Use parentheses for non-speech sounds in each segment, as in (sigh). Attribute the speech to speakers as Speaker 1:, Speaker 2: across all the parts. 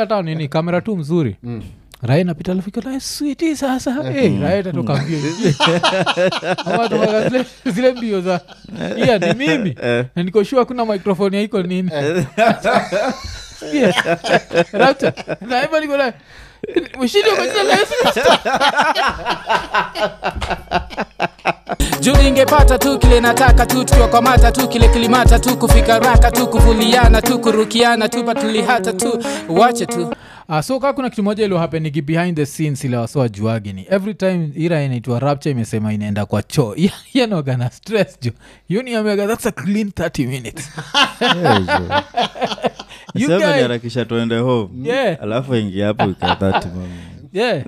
Speaker 1: hata nini kamera tu mzuri
Speaker 2: Mm.
Speaker 1: rai napita alafikaswiti eh, sasa hey, rai tatoka mbio (laughs) Ama tunataka zile- zile mbio za iya ni mimi na nikoshua kuna mikrofoni yaiko nini (laughs) Sikia, rapture. Na hivyo niko na- mshindi kwa jina la Yesu Kristo.
Speaker 3: juu ingepata tu kile nataka tu tukiwakwamata tu kile kilimata tu kufika raka tu kuvuliana tu kurukiana tu patulihata tu wache tu
Speaker 1: Ah, so kaa kuna kitu moja iliohapeniki behind the scenes ile wasi wajuagi ni every time ira inaitwa rapture imesema inaenda kwa choo (laughs) yanoga na stress jo yuniamega thats a clean 30 minutes You guys-
Speaker 4: semearakisha tuende home
Speaker 1: Yeah.
Speaker 4: alafu ingia hapo
Speaker 1: (laughs)
Speaker 4: ikadhati
Speaker 1: yeah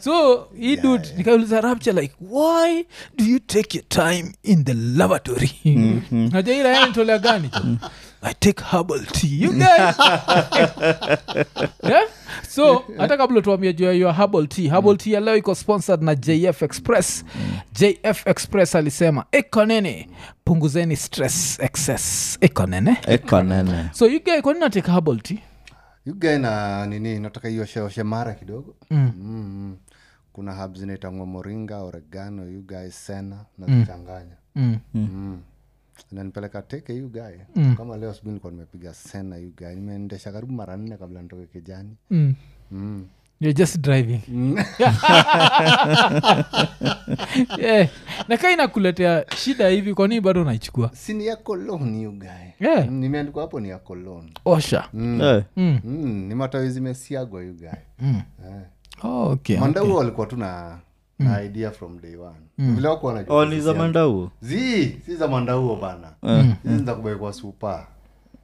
Speaker 1: so he dud nikauliza rapture like why do you take your time in the lavatory najaira yanitolea gani jo? i take herbal tea you guys (laughs) yeah? so hata kabla tuambia juu ya hiyo herbal tea herbal tea ya leo iko sponsored na jf express jf express alisema ekonene punguzeni stress excess ekonene
Speaker 4: ekonene
Speaker 1: so you guys kwani nateka herbal tea
Speaker 2: yugae na nini nataka iosheoshe mara kidogo mm. kuna hab zinaitangwa moringa oregano yugae sena nazichanganya
Speaker 1: mm.
Speaker 2: nanipeleka teke yugae kama leo sibu nilikuwa nimepiga sena yugae nimeendesha karibu mara nne kabla nitoke kijani
Speaker 1: Mm.
Speaker 2: Mm.
Speaker 1: You're just driving (laughs) yeah. nakaa inakuletea shida hivi kwa nini bado unaichukua
Speaker 2: sini ya koloni yugae
Speaker 1: Yeah.
Speaker 2: Mm, nimeandikwa hapo ni ya koloni
Speaker 1: osha
Speaker 4: Eh,
Speaker 2: mm, ni matawi zimesiagwa yugae
Speaker 1: oh, okay. Mm.
Speaker 2: mandau walikuwa tu na na idea from day one vile wakuwa wanajua
Speaker 4: oh ni za mandauo
Speaker 2: zi si za mandauo bana
Speaker 1: Mm.
Speaker 2: hizi za kubekwa supa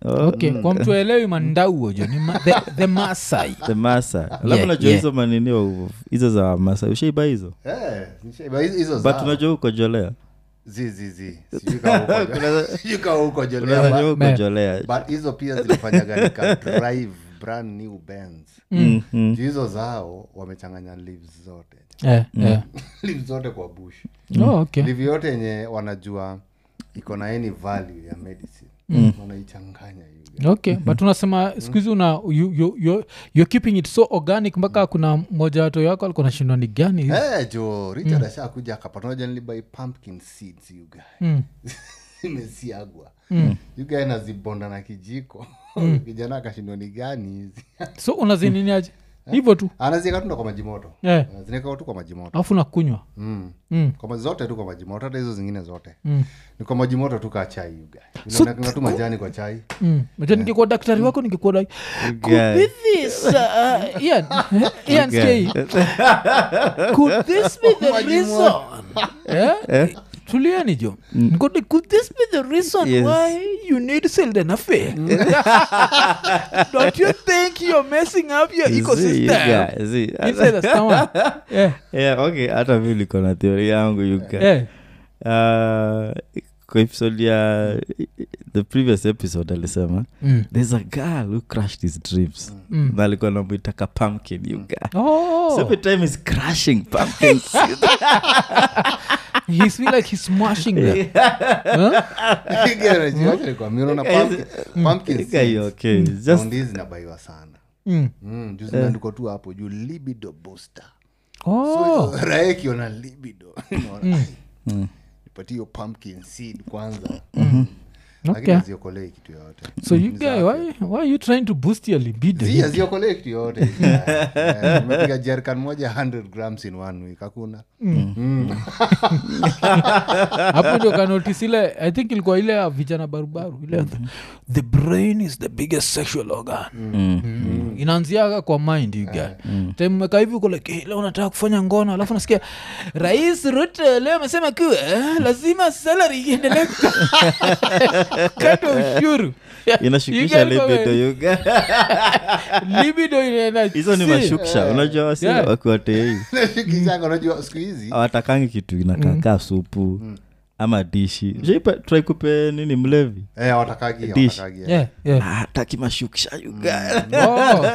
Speaker 1: okay. kwa mtu aelewi mandauo jo ni ma- the, the masai
Speaker 4: the masa alafu
Speaker 1: Yeah,
Speaker 4: najua
Speaker 1: yeah.
Speaker 4: hizo manini wa- hizo za masa ushaiba hizo
Speaker 2: Eh, nishaiba hizo- hizo
Speaker 4: but
Speaker 2: za
Speaker 4: unajua ukojolea
Speaker 2: zi zi zi Sijui
Speaker 4: (laughs)
Speaker 2: kama uko- (laughs) sijui kama uko jolea
Speaker 4: unajua
Speaker 2: but-
Speaker 1: me-
Speaker 4: ukojolea
Speaker 2: but hizo pia zilifanyaga nika drive brand new bands
Speaker 1: Mm.
Speaker 4: Mm.
Speaker 2: Juu hizo zao wamechanganya leaves zote
Speaker 1: yeah, yeah.
Speaker 2: (laughs) leaves zote kwa bush
Speaker 1: Oh, okay.
Speaker 2: livi yote yenye wanajua iko na any value ya medicine
Speaker 4: Mm.
Speaker 2: wanaichanganya hivi
Speaker 1: okay but unasema skuhizi una you, you, you, you're keeping it so organic mpaka kuna moja wato yako alikuwa nashindwa ni gani
Speaker 2: Eh, jo richard ashakuja akapatanaja nilibai pumpkin seeds you guy
Speaker 1: Mm.
Speaker 2: (laughs) imesiagwa you guy nazibonda na kijiko
Speaker 1: Mm.
Speaker 2: (laughs) kijana akashindwa ni gani hizi (laughs)
Speaker 1: so unazininiaje hivyo tu
Speaker 2: anazieka tu ndo kwa maji moto
Speaker 1: Eh.
Speaker 2: zinaeka tu kwa maji moto
Speaker 1: alafu nakunywa
Speaker 2: mm.
Speaker 1: Mm.
Speaker 2: kwa maji zote tu kwa maji moto hata hizo zingine zote
Speaker 1: Mm.
Speaker 2: ni kwa maji moto tu kaa chai you guy inaonekana tu majani kwa
Speaker 1: (laughs)
Speaker 2: chai (laughs)
Speaker 1: Mm. Unajua ningekuwa daktari wako ningekuwa like,
Speaker 4: guy.
Speaker 1: could be this
Speaker 4: (laughs)
Speaker 1: uh, Ian, Ian
Speaker 4: guy.
Speaker 1: Skei, could this be the reason Eh? tulieni jo Niko like, could this be the reason
Speaker 4: Mm. Yes. Mm.
Speaker 1: why you need Selden affair (laughs) don't you think you're messing up your
Speaker 4: Zi, you
Speaker 1: ecosystem
Speaker 4: guys, zi.
Speaker 1: Inside the stomach. Yeah,
Speaker 4: (laughs) Yeah, okay hata mi liko na theory yangu yuka
Speaker 1: yeah.
Speaker 4: kwa episode ya the previous episode alisema
Speaker 1: Mm.
Speaker 4: there's a girl who crashed his dreams
Speaker 1: Mm.
Speaker 4: na alikuwa namwitaka pumpkin you guy so
Speaker 1: Oh,
Speaker 4: every time is crashing (laughs) pumpkins
Speaker 1: he's feel like he's smashing
Speaker 4: (laughs)
Speaker 1: them. Eh,
Speaker 4: You guy, you okay It's just
Speaker 2: ndi zinabaiwa sana
Speaker 1: Mm.
Speaker 2: mm, juu zimeandikwa tu hapo juu libido booster
Speaker 1: Oh, Mm.
Speaker 2: so, (laughs) raha ikiona libido (laughs) inaona, nipatie hiyo pumpkin seed kwanza
Speaker 1: Mm-hmm. Okay.
Speaker 2: lakini aziokolee kitu yoyote
Speaker 1: so you guy, why, why are you trying to boost your libido?
Speaker 2: aziokolee kitu yoyote mepiga jerkan moja 100 grams in one week hakuna (laughs)
Speaker 1: hapo ndio kanotis ile i think ilikuwa ile ya vijana barubaru ile the brain is the biggest sexual organ mm. inaanziaga kwa mind you guy time meka hivi uko like hey, leo nataka kufanya ngono alafu nasikia rais ruto leo amesema kuwa eh, lazima salary iendelee (laughs) kuka- katwa ushuru
Speaker 4: (laughs) inashukisha
Speaker 1: You guys are
Speaker 4: libido
Speaker 1: like,
Speaker 4: you guy.
Speaker 1: libido inaenda
Speaker 4: (laughs) hizo ni
Speaker 1: si.
Speaker 4: mashukisha unajua wasi
Speaker 1: Yeah.
Speaker 4: wakiwatei
Speaker 1: Mm.
Speaker 2: Kizango, unajua siku hizi
Speaker 4: awatakangi kitu inakakaa supu ama dishi shaipa traikupe nini mlevi
Speaker 2: eh, hawatakagi,
Speaker 4: Dish.
Speaker 2: hawatakagi.
Speaker 1: yeah,
Speaker 4: (laughs)
Speaker 1: yeah.
Speaker 4: ataki mashukisha yuga
Speaker 1: Oh.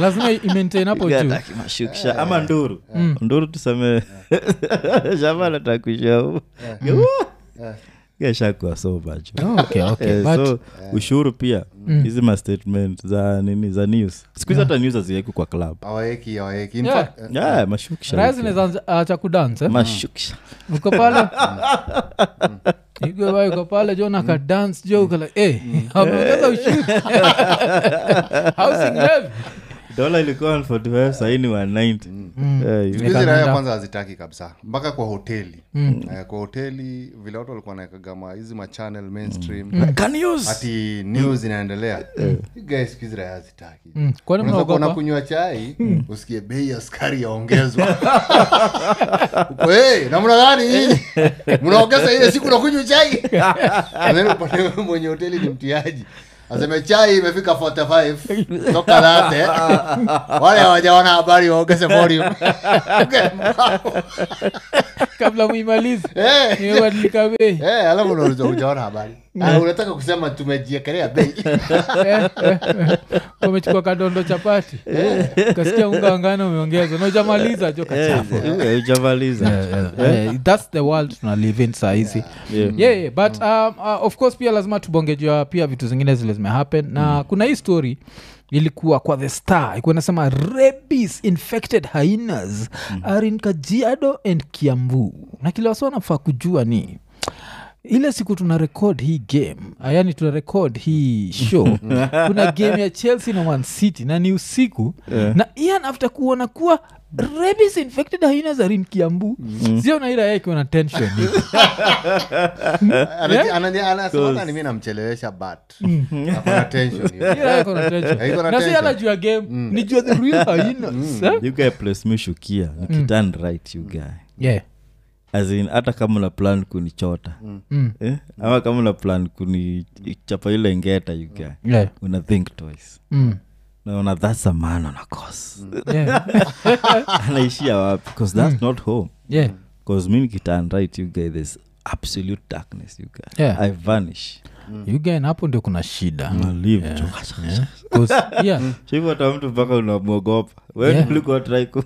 Speaker 1: lazima imaintain hapo juu
Speaker 4: ataki mashukisha ama nduru (laughs) Mm. nduru tuseme shama natakusha yashakua so macho
Speaker 1: Oh, okay, okay.
Speaker 4: Eh,
Speaker 1: But- Mm.
Speaker 4: so ushuru pia hizi ma statement za nini za news sikuhizi hata news haziweki kwa club
Speaker 2: awaeki awaeki
Speaker 1: Yeah.
Speaker 4: yeah, mashukisha
Speaker 1: Raya zinaweza acha kudance eh?
Speaker 4: mashukisha
Speaker 1: uko pale Iko pale, uko pale jo nakadance jo ukala ameongeza (laughs) ushuru Housing levy.
Speaker 4: dola ilikuwa 45 saini wa
Speaker 1: Mm.
Speaker 4: 90 Eh, hivi.
Speaker 2: Sikuhizi
Speaker 1: Nikaenda.
Speaker 2: raya kwanza hazitaki kabisa mpaka kwa hoteli
Speaker 1: Mm.
Speaker 2: Eh, kwa hoteli vile watu walikuwa naekagama hizi machannel mainstream
Speaker 1: Mm.
Speaker 2: ati news inaendelea Hii guys siku hizi raya hazitaki
Speaker 1: Mm, kwani
Speaker 2: Unaweza kuwa
Speaker 1: mnaogopa Hmm.
Speaker 2: unakunywa chai usikie bei ya sukari yaongezwa (laughs) Uko, "Hey, namna gani
Speaker 1: (laughs)
Speaker 2: hii? mnaongeza ile siku nakunywa chai (laughs) And then upate wewe mwenye hoteli ni mtiaji aseme chai imefika 45 toka late wale hawajaona habari waongeze
Speaker 1: (laughs)
Speaker 2: volume
Speaker 1: kabla muimalizi
Speaker 2: Eh.
Speaker 1: imebadilika (laughs) bei
Speaker 2: Eh, alafu unauliza hujaona
Speaker 1: (laughs)
Speaker 2: habari Ah, unataka kusema tumejiekelea bei
Speaker 1: Eh, eh, eh. wamechukua kadondo chapati kasikia unga wangano umeongezwa na ujamaliza jo kachafu
Speaker 4: Eh, eh, hujamaliza
Speaker 1: Eh, thats the world tunalive in sahizi yeah. yeah, yeah, but um, uh, of course pia lazima tubongejwa pia vitu zingine zile zimehappen na kuna hii story ilikuwa kwa the star ilikuwa inasema rabies infected hyenas are in kajiado and kiambu na kila wasi wanafaa kujua ni ile siku tuna rekod hii game ah, yani tuna rekod hii (laughs) show kuna game ya chelsea na one city na ni usiku yeah. na ian after kuona kuwa rabies infected hyenas are in kiambu mm. sio naira yakiwa na tension hivi. Yeah?
Speaker 2: anasemani mi namchelewesha bat
Speaker 1: Mm-hmm.
Speaker 2: akona tension
Speaker 1: (laughs) Ila
Speaker 2: hiyo.
Speaker 4: Eh.
Speaker 1: yeye iko na tension.
Speaker 2: Iko na
Speaker 1: Na si
Speaker 2: tension.
Speaker 1: hata juu ya game
Speaker 4: Mm.
Speaker 1: ni juu ya the real hyenas, eh?
Speaker 4: you guy place me shukia
Speaker 1: Mm.
Speaker 4: nikitan right you guy
Speaker 1: Yeah.
Speaker 4: As in, hata kama una plan kunichota
Speaker 1: Mm.
Speaker 4: eh? ama kama una plan kunichapa ile ngeta you guy
Speaker 1: Yeah.
Speaker 4: una think twice
Speaker 1: Mm.
Speaker 4: naona that's a man on a course
Speaker 1: Yeah. (laughs)
Speaker 4: anaishia wapi because
Speaker 1: Hmm.
Speaker 4: that's not home
Speaker 1: Yeah.
Speaker 4: because mi nikitan right you guy there's absolute darkness you guy
Speaker 1: Yeah.
Speaker 4: i vanish
Speaker 1: You guy, na hapo ndio kuna shida
Speaker 4: I leave tu.
Speaker 1: 'Cause, yeah,
Speaker 4: (laughs) So hivyo hata mtu mpaka unamwogopa we
Speaker 1: Yeah. Hmm.
Speaker 4: ulikuwa
Speaker 1: (laughs)
Speaker 4: try ku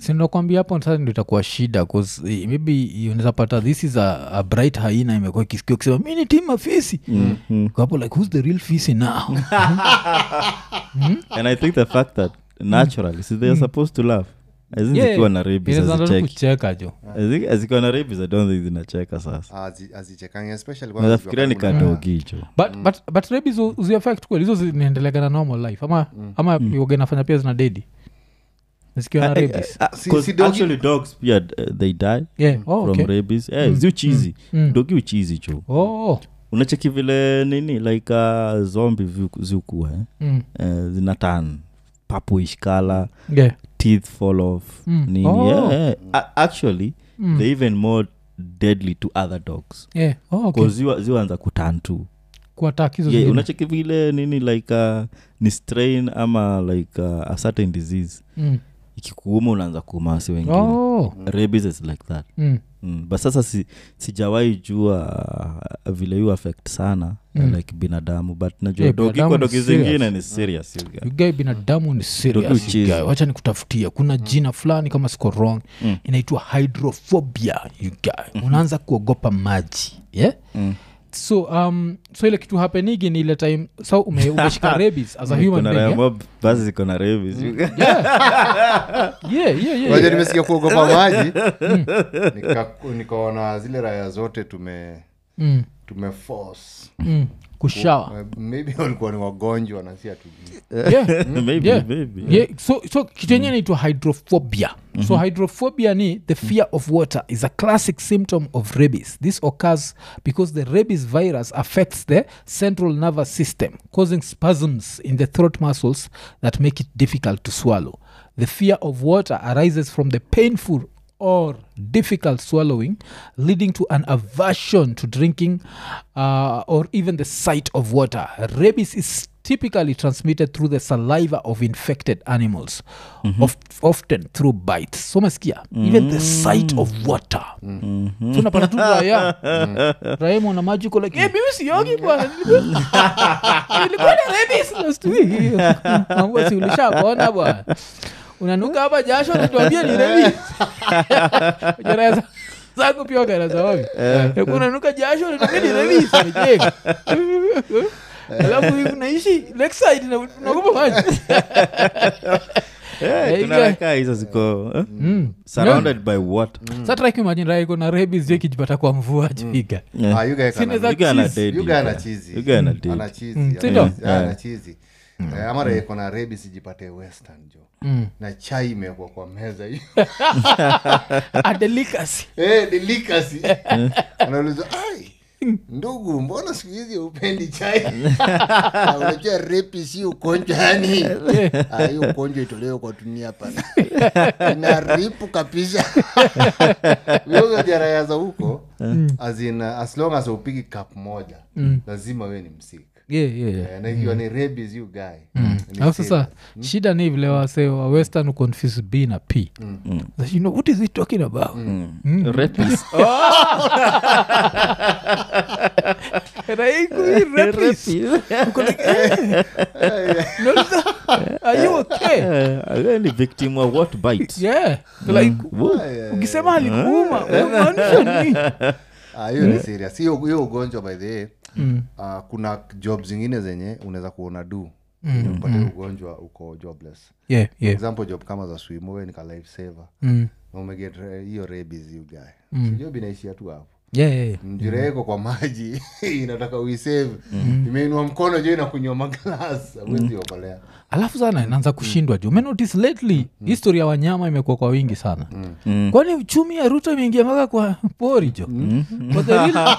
Speaker 1: si nakwambia hapo sasa ndio itakuwa shida 'cause, eh, maybe unaweza pata this is a, a bright haina imekuwa ikisikia kusema mi ni tim afisi
Speaker 4: Mm-hmm.
Speaker 1: kapo like who's the real fisi
Speaker 4: (laughs)
Speaker 1: now
Speaker 4: and i think the fact that naturally so they're supposed to laugh As in
Speaker 1: Hmm. Yeah.
Speaker 4: zikiwa na rabies
Speaker 1: Inaweza ndio
Speaker 4: hazicheki.
Speaker 1: kucheka jo
Speaker 4: As in- zikiwa na rabies i don't think zinacheka sasa
Speaker 2: Hazi- hazichekangi, especially kwanza
Speaker 4: nafikiria ni
Speaker 2: zikiwa Ah, kuna-
Speaker 1: Ah.
Speaker 4: kadogicho
Speaker 1: but, but, but rabies hu- huziaffect kweli hizo zinaendelega na normal life ama,
Speaker 4: Mm.
Speaker 1: ama yoga inafanya pia zina dedi zikiwa
Speaker 4: (laughs) Ah,
Speaker 1: na rabies
Speaker 2: Si-
Speaker 4: Because
Speaker 2: si dogi-
Speaker 4: eh, actually dogs pia uh, they die
Speaker 1: yeah. oh,
Speaker 4: from
Speaker 1: okay. Hmm.
Speaker 4: rabies eh, si uchizi dogi uchizi cho
Speaker 1: oh,
Speaker 4: unacheki vile nini like uh, zombi ziukua eh?
Speaker 1: Mm.
Speaker 4: Eh, zina tan papuish color
Speaker 1: yeah.
Speaker 4: teeth fall off
Speaker 1: Mm.
Speaker 4: nini
Speaker 1: Oh. Mm.
Speaker 4: yeah, yeah. A- actually they're even more deadly to other dogs
Speaker 1: Yeah. Oh, okay.
Speaker 4: 'Cause ziwa- ziwaanza kutantu
Speaker 1: kuatak hizo
Speaker 4: yeah,
Speaker 1: zingine.
Speaker 4: unacheki vile nini like uh, ni strain ama like uh, a certain disease
Speaker 1: Mm.
Speaker 4: ikikuuma unaanza kuuma wasi wengine
Speaker 1: Oh.
Speaker 4: rabies is like that
Speaker 1: Mm.
Speaker 4: mm. but sasa si, sijawahi jua uh, vile yu affect sana mm. like binadamu but najua
Speaker 1: Yeah,
Speaker 4: dogi
Speaker 1: Eh, binadamu
Speaker 4: kwa
Speaker 1: ni
Speaker 4: dogi
Speaker 1: serious.
Speaker 4: zingine ni serious you guys.
Speaker 1: You guy binadamu ni
Speaker 4: Ndio
Speaker 1: serious you
Speaker 4: cheese.
Speaker 1: guy. wacha nikutafutia kuna
Speaker 4: Mm.
Speaker 1: jina fulani kama siko wrong inaitwa hydrophobia you guy
Speaker 4: Mm-hmm.
Speaker 1: unaanza kuogopa maji yeah?
Speaker 4: Mm.
Speaker 1: so um, so ile kitu hapenigi ni ile time so ume,
Speaker 4: (laughs)
Speaker 1: umeshika rabies as a human
Speaker 4: Kuna
Speaker 1: being,
Speaker 4: raia
Speaker 1: yeah? Mm.
Speaker 4: mob, basi ziko na rabies you guys.
Speaker 1: (laughs) Yeah, yeah, yeah, Mm.
Speaker 2: Unajua
Speaker 1: yeah.
Speaker 2: nimesikia
Speaker 1: (laughs)
Speaker 2: kuogopa
Speaker 4: (laughs)
Speaker 2: maji Nika- nikaona zile raya zote tume
Speaker 1: Mm,
Speaker 2: tumeforce
Speaker 4: Ah.
Speaker 1: mm. kushawa
Speaker 2: Eh, maybe walikuwa ni wagonjwa na si hatujui
Speaker 1: yeah.
Speaker 4: (laughs) maybe
Speaker 1: Mm. Yeah.
Speaker 4: maybe
Speaker 1: yeah. so, so kitu yenyewe inaitwa hydrophobia so hydrophobia ni the fear of water is a classic symptom of rabies this occurs because the rabies virus affects the central nervous system causing spasms in the throat muscles that make it difficult to swallow the fear of water arises from the painful or difficult swallowing leading to an aversion to drinking uh, or even the sight of water rabies is typically transmitted through the saliva of infected animals of, often through bites so maskia even the sight of water tunapata tu raya raya mwana maji uko like "Eh, mimi siogi bwana Nilikuwa- nilikuwa na rabies last week." Mambo si ulishapona (laughs) bwana unanuka hapa jasho natuambia ni rabies Ujareza. zako pia wakaenda sawavi kunanuka Eh, jasho linabidi release, nijenga. alafu hivi unaishi lakeside na unakupa maji
Speaker 4: Eh,
Speaker 1: Eh,
Speaker 4: kuna
Speaker 1: ile-
Speaker 4: rakaa hizo ziko eh?
Speaker 1: Mm.
Speaker 4: surrounded by what
Speaker 1: Sasa try kuimagine raha iko na rabies yeye ikijipata kwa mvua jiga
Speaker 4: Yeah.
Speaker 2: Ah, you guys
Speaker 1: Sina
Speaker 2: ana-
Speaker 1: za-
Speaker 4: Yuga ana
Speaker 1: cheese.
Speaker 4: dead,
Speaker 2: Yuga ana
Speaker 4: Yuga.
Speaker 2: chizi.
Speaker 4: Yuga ana dead.
Speaker 2: ana chizi,
Speaker 1: Mm,
Speaker 2: ana
Speaker 1: sindio?
Speaker 2: chizi,
Speaker 4: Yeah. Mm.
Speaker 2: ana chizi Eh, ama raiko na rebis ijipate western jo
Speaker 1: Mm.
Speaker 2: na chai imewekwa kwa meza hiyo
Speaker 1: A delicacy.
Speaker 2: Eh, delikasi anauliza ai ndugu mbona siku hizi upendi chai Na unajua repi si ugonjwa yani
Speaker 1: Eh,
Speaker 2: Ah, hiyo ugonjwa itolewe kwa dunia pana inaripu kabisa vioza jaraya za huko
Speaker 1: Mm.
Speaker 2: as in, uh, as long as upigi cup moja lazima we ni msik Eh,
Speaker 1: Yeah, yeah, yeah.
Speaker 2: na ikiwa ni rebis you guy Ni
Speaker 1: Mm. alafu sasa
Speaker 2: serious.
Speaker 1: shida ni vile wase wa western confuse b na p Sasa, you know, what is he talking about Hmm.
Speaker 4: Rapist.
Speaker 1: Raiku, hii rapist. Uko like, eh. Unauliza, are you okay?
Speaker 4: Eh, wewe ni victim wa what bite
Speaker 1: Yeah. Like,
Speaker 4: Woo.
Speaker 1: ukisema alikuuma unamaanisha nini?
Speaker 2: Ah, hiyo ni serious hiyo hiyo ugonjwa by the way ah, kuna job zingine zenye unaweza kuona du mm. upate ugonjwa uko jobless
Speaker 1: Yeah, yeah.
Speaker 2: example job kama za swimu wewe ni ka life saver
Speaker 1: Mm.
Speaker 2: na umeget re- hiyo rabies you guy mm. job inaishia tu hapo
Speaker 1: Yeah, yeah, yeah.
Speaker 2: mjireko kwa maji (laughs) inataka uisave imeinua mkono juu inakunywa maglas awezi okolea
Speaker 1: alafu sana
Speaker 4: Mm.
Speaker 1: inaanza kushindwa juu umenotice lately history ya wanyama imekuwa kwa wingi sana
Speaker 4: Mm.
Speaker 1: kwani uchumi ya ruto imeingia mpaka kwa pori jo Kwa the
Speaker 4: (laughs)
Speaker 1: real-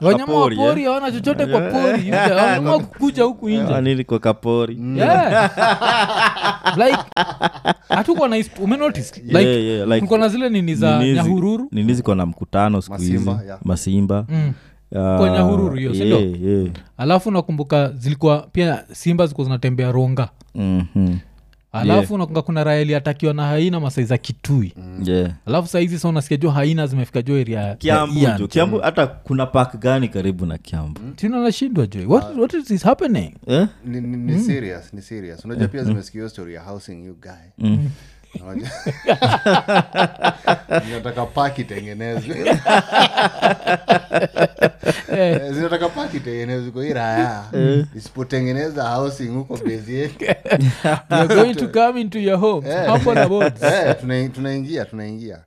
Speaker 1: wanyama wa
Speaker 4: Kapori, Mm. eh?
Speaker 1: pori hawana chochote kwa pori you guys. Wameamua kukuja huku inje
Speaker 4: Ah, nini kwa kapori
Speaker 1: Mm. Yeah. like hatuko na hist- umenotice like,
Speaker 4: Yeah, yeah, like-
Speaker 1: kulikuwa na zile nini za
Speaker 4: Nini hizi-
Speaker 1: nyahururu Mm.
Speaker 4: nini ziko na mkutano siku hizi
Speaker 2: Masimba, yeah.
Speaker 4: masimba Ah,
Speaker 1: Kwa Nyahururu hiyo, si
Speaker 4: yeah,
Speaker 1: ndio?
Speaker 4: yeah.
Speaker 1: alafu nakumbuka zilikuwa pia simba zilikuwa zinatembea ronga
Speaker 4: Mhm.
Speaker 1: alafu nakumbuka kuna raha iliatakiwa na haina masai za kitui
Speaker 4: Yeah.
Speaker 1: alafu saizi sa unasikia jo haina zimefika jo eria ya
Speaker 4: kiambu
Speaker 1: Ian.
Speaker 4: jo kiambu hata kuna pak gani karibu na kiambu
Speaker 1: Tino anashindwa jo what,
Speaker 4: Ah.
Speaker 1: what is this happening
Speaker 4: eh?
Speaker 2: ni, ni, ni serious ni serious unajua pia zimesikia hiyo story ya housing you guy Unajua? (laughs) zinataka paki tengenezwe Eh, zinataka paki tengenezwe kwa hii raya isipotengeneza housing huko bezi yetu
Speaker 1: You're going
Speaker 4: (laughs)
Speaker 1: to come into your home Humble abodes.
Speaker 2: Eh, tuna- tunaingia tunaingia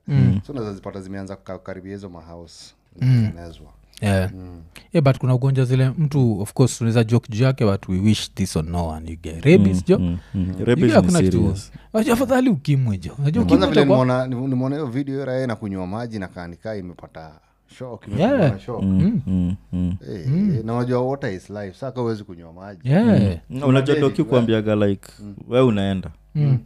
Speaker 2: so unaweza zipata zimeanza kuka- kukaribia hizo mahouse zinatengenezwa
Speaker 1: yeah.
Speaker 4: Mm.
Speaker 1: Yeah, but kuna ugonjwa zile mtu of course unaweza joke juu yake but we wish this on no one you get rabies jo
Speaker 4: Mm, Rabies Mm-hmm. ni
Speaker 1: hakuna kitu
Speaker 4: serious.
Speaker 1: Wajua, afadhali ukimwe jo Unajua
Speaker 2: kwanza
Speaker 1: ukimwi
Speaker 2: vile
Speaker 1: utakuwa-
Speaker 2: nimeona nim- nimeona hiyo video hiyo raya na kunywa maji na kaanika imepata shock,
Speaker 1: Yeah.
Speaker 2: imepata shock.
Speaker 4: Mm, mm.
Speaker 2: Eh, na unajua water is life saka huwezi kunywa maji
Speaker 1: Hmm. Yeah.
Speaker 4: Mm. Mm-hmm. unajua doki kuambiaga like we unaenda Mm.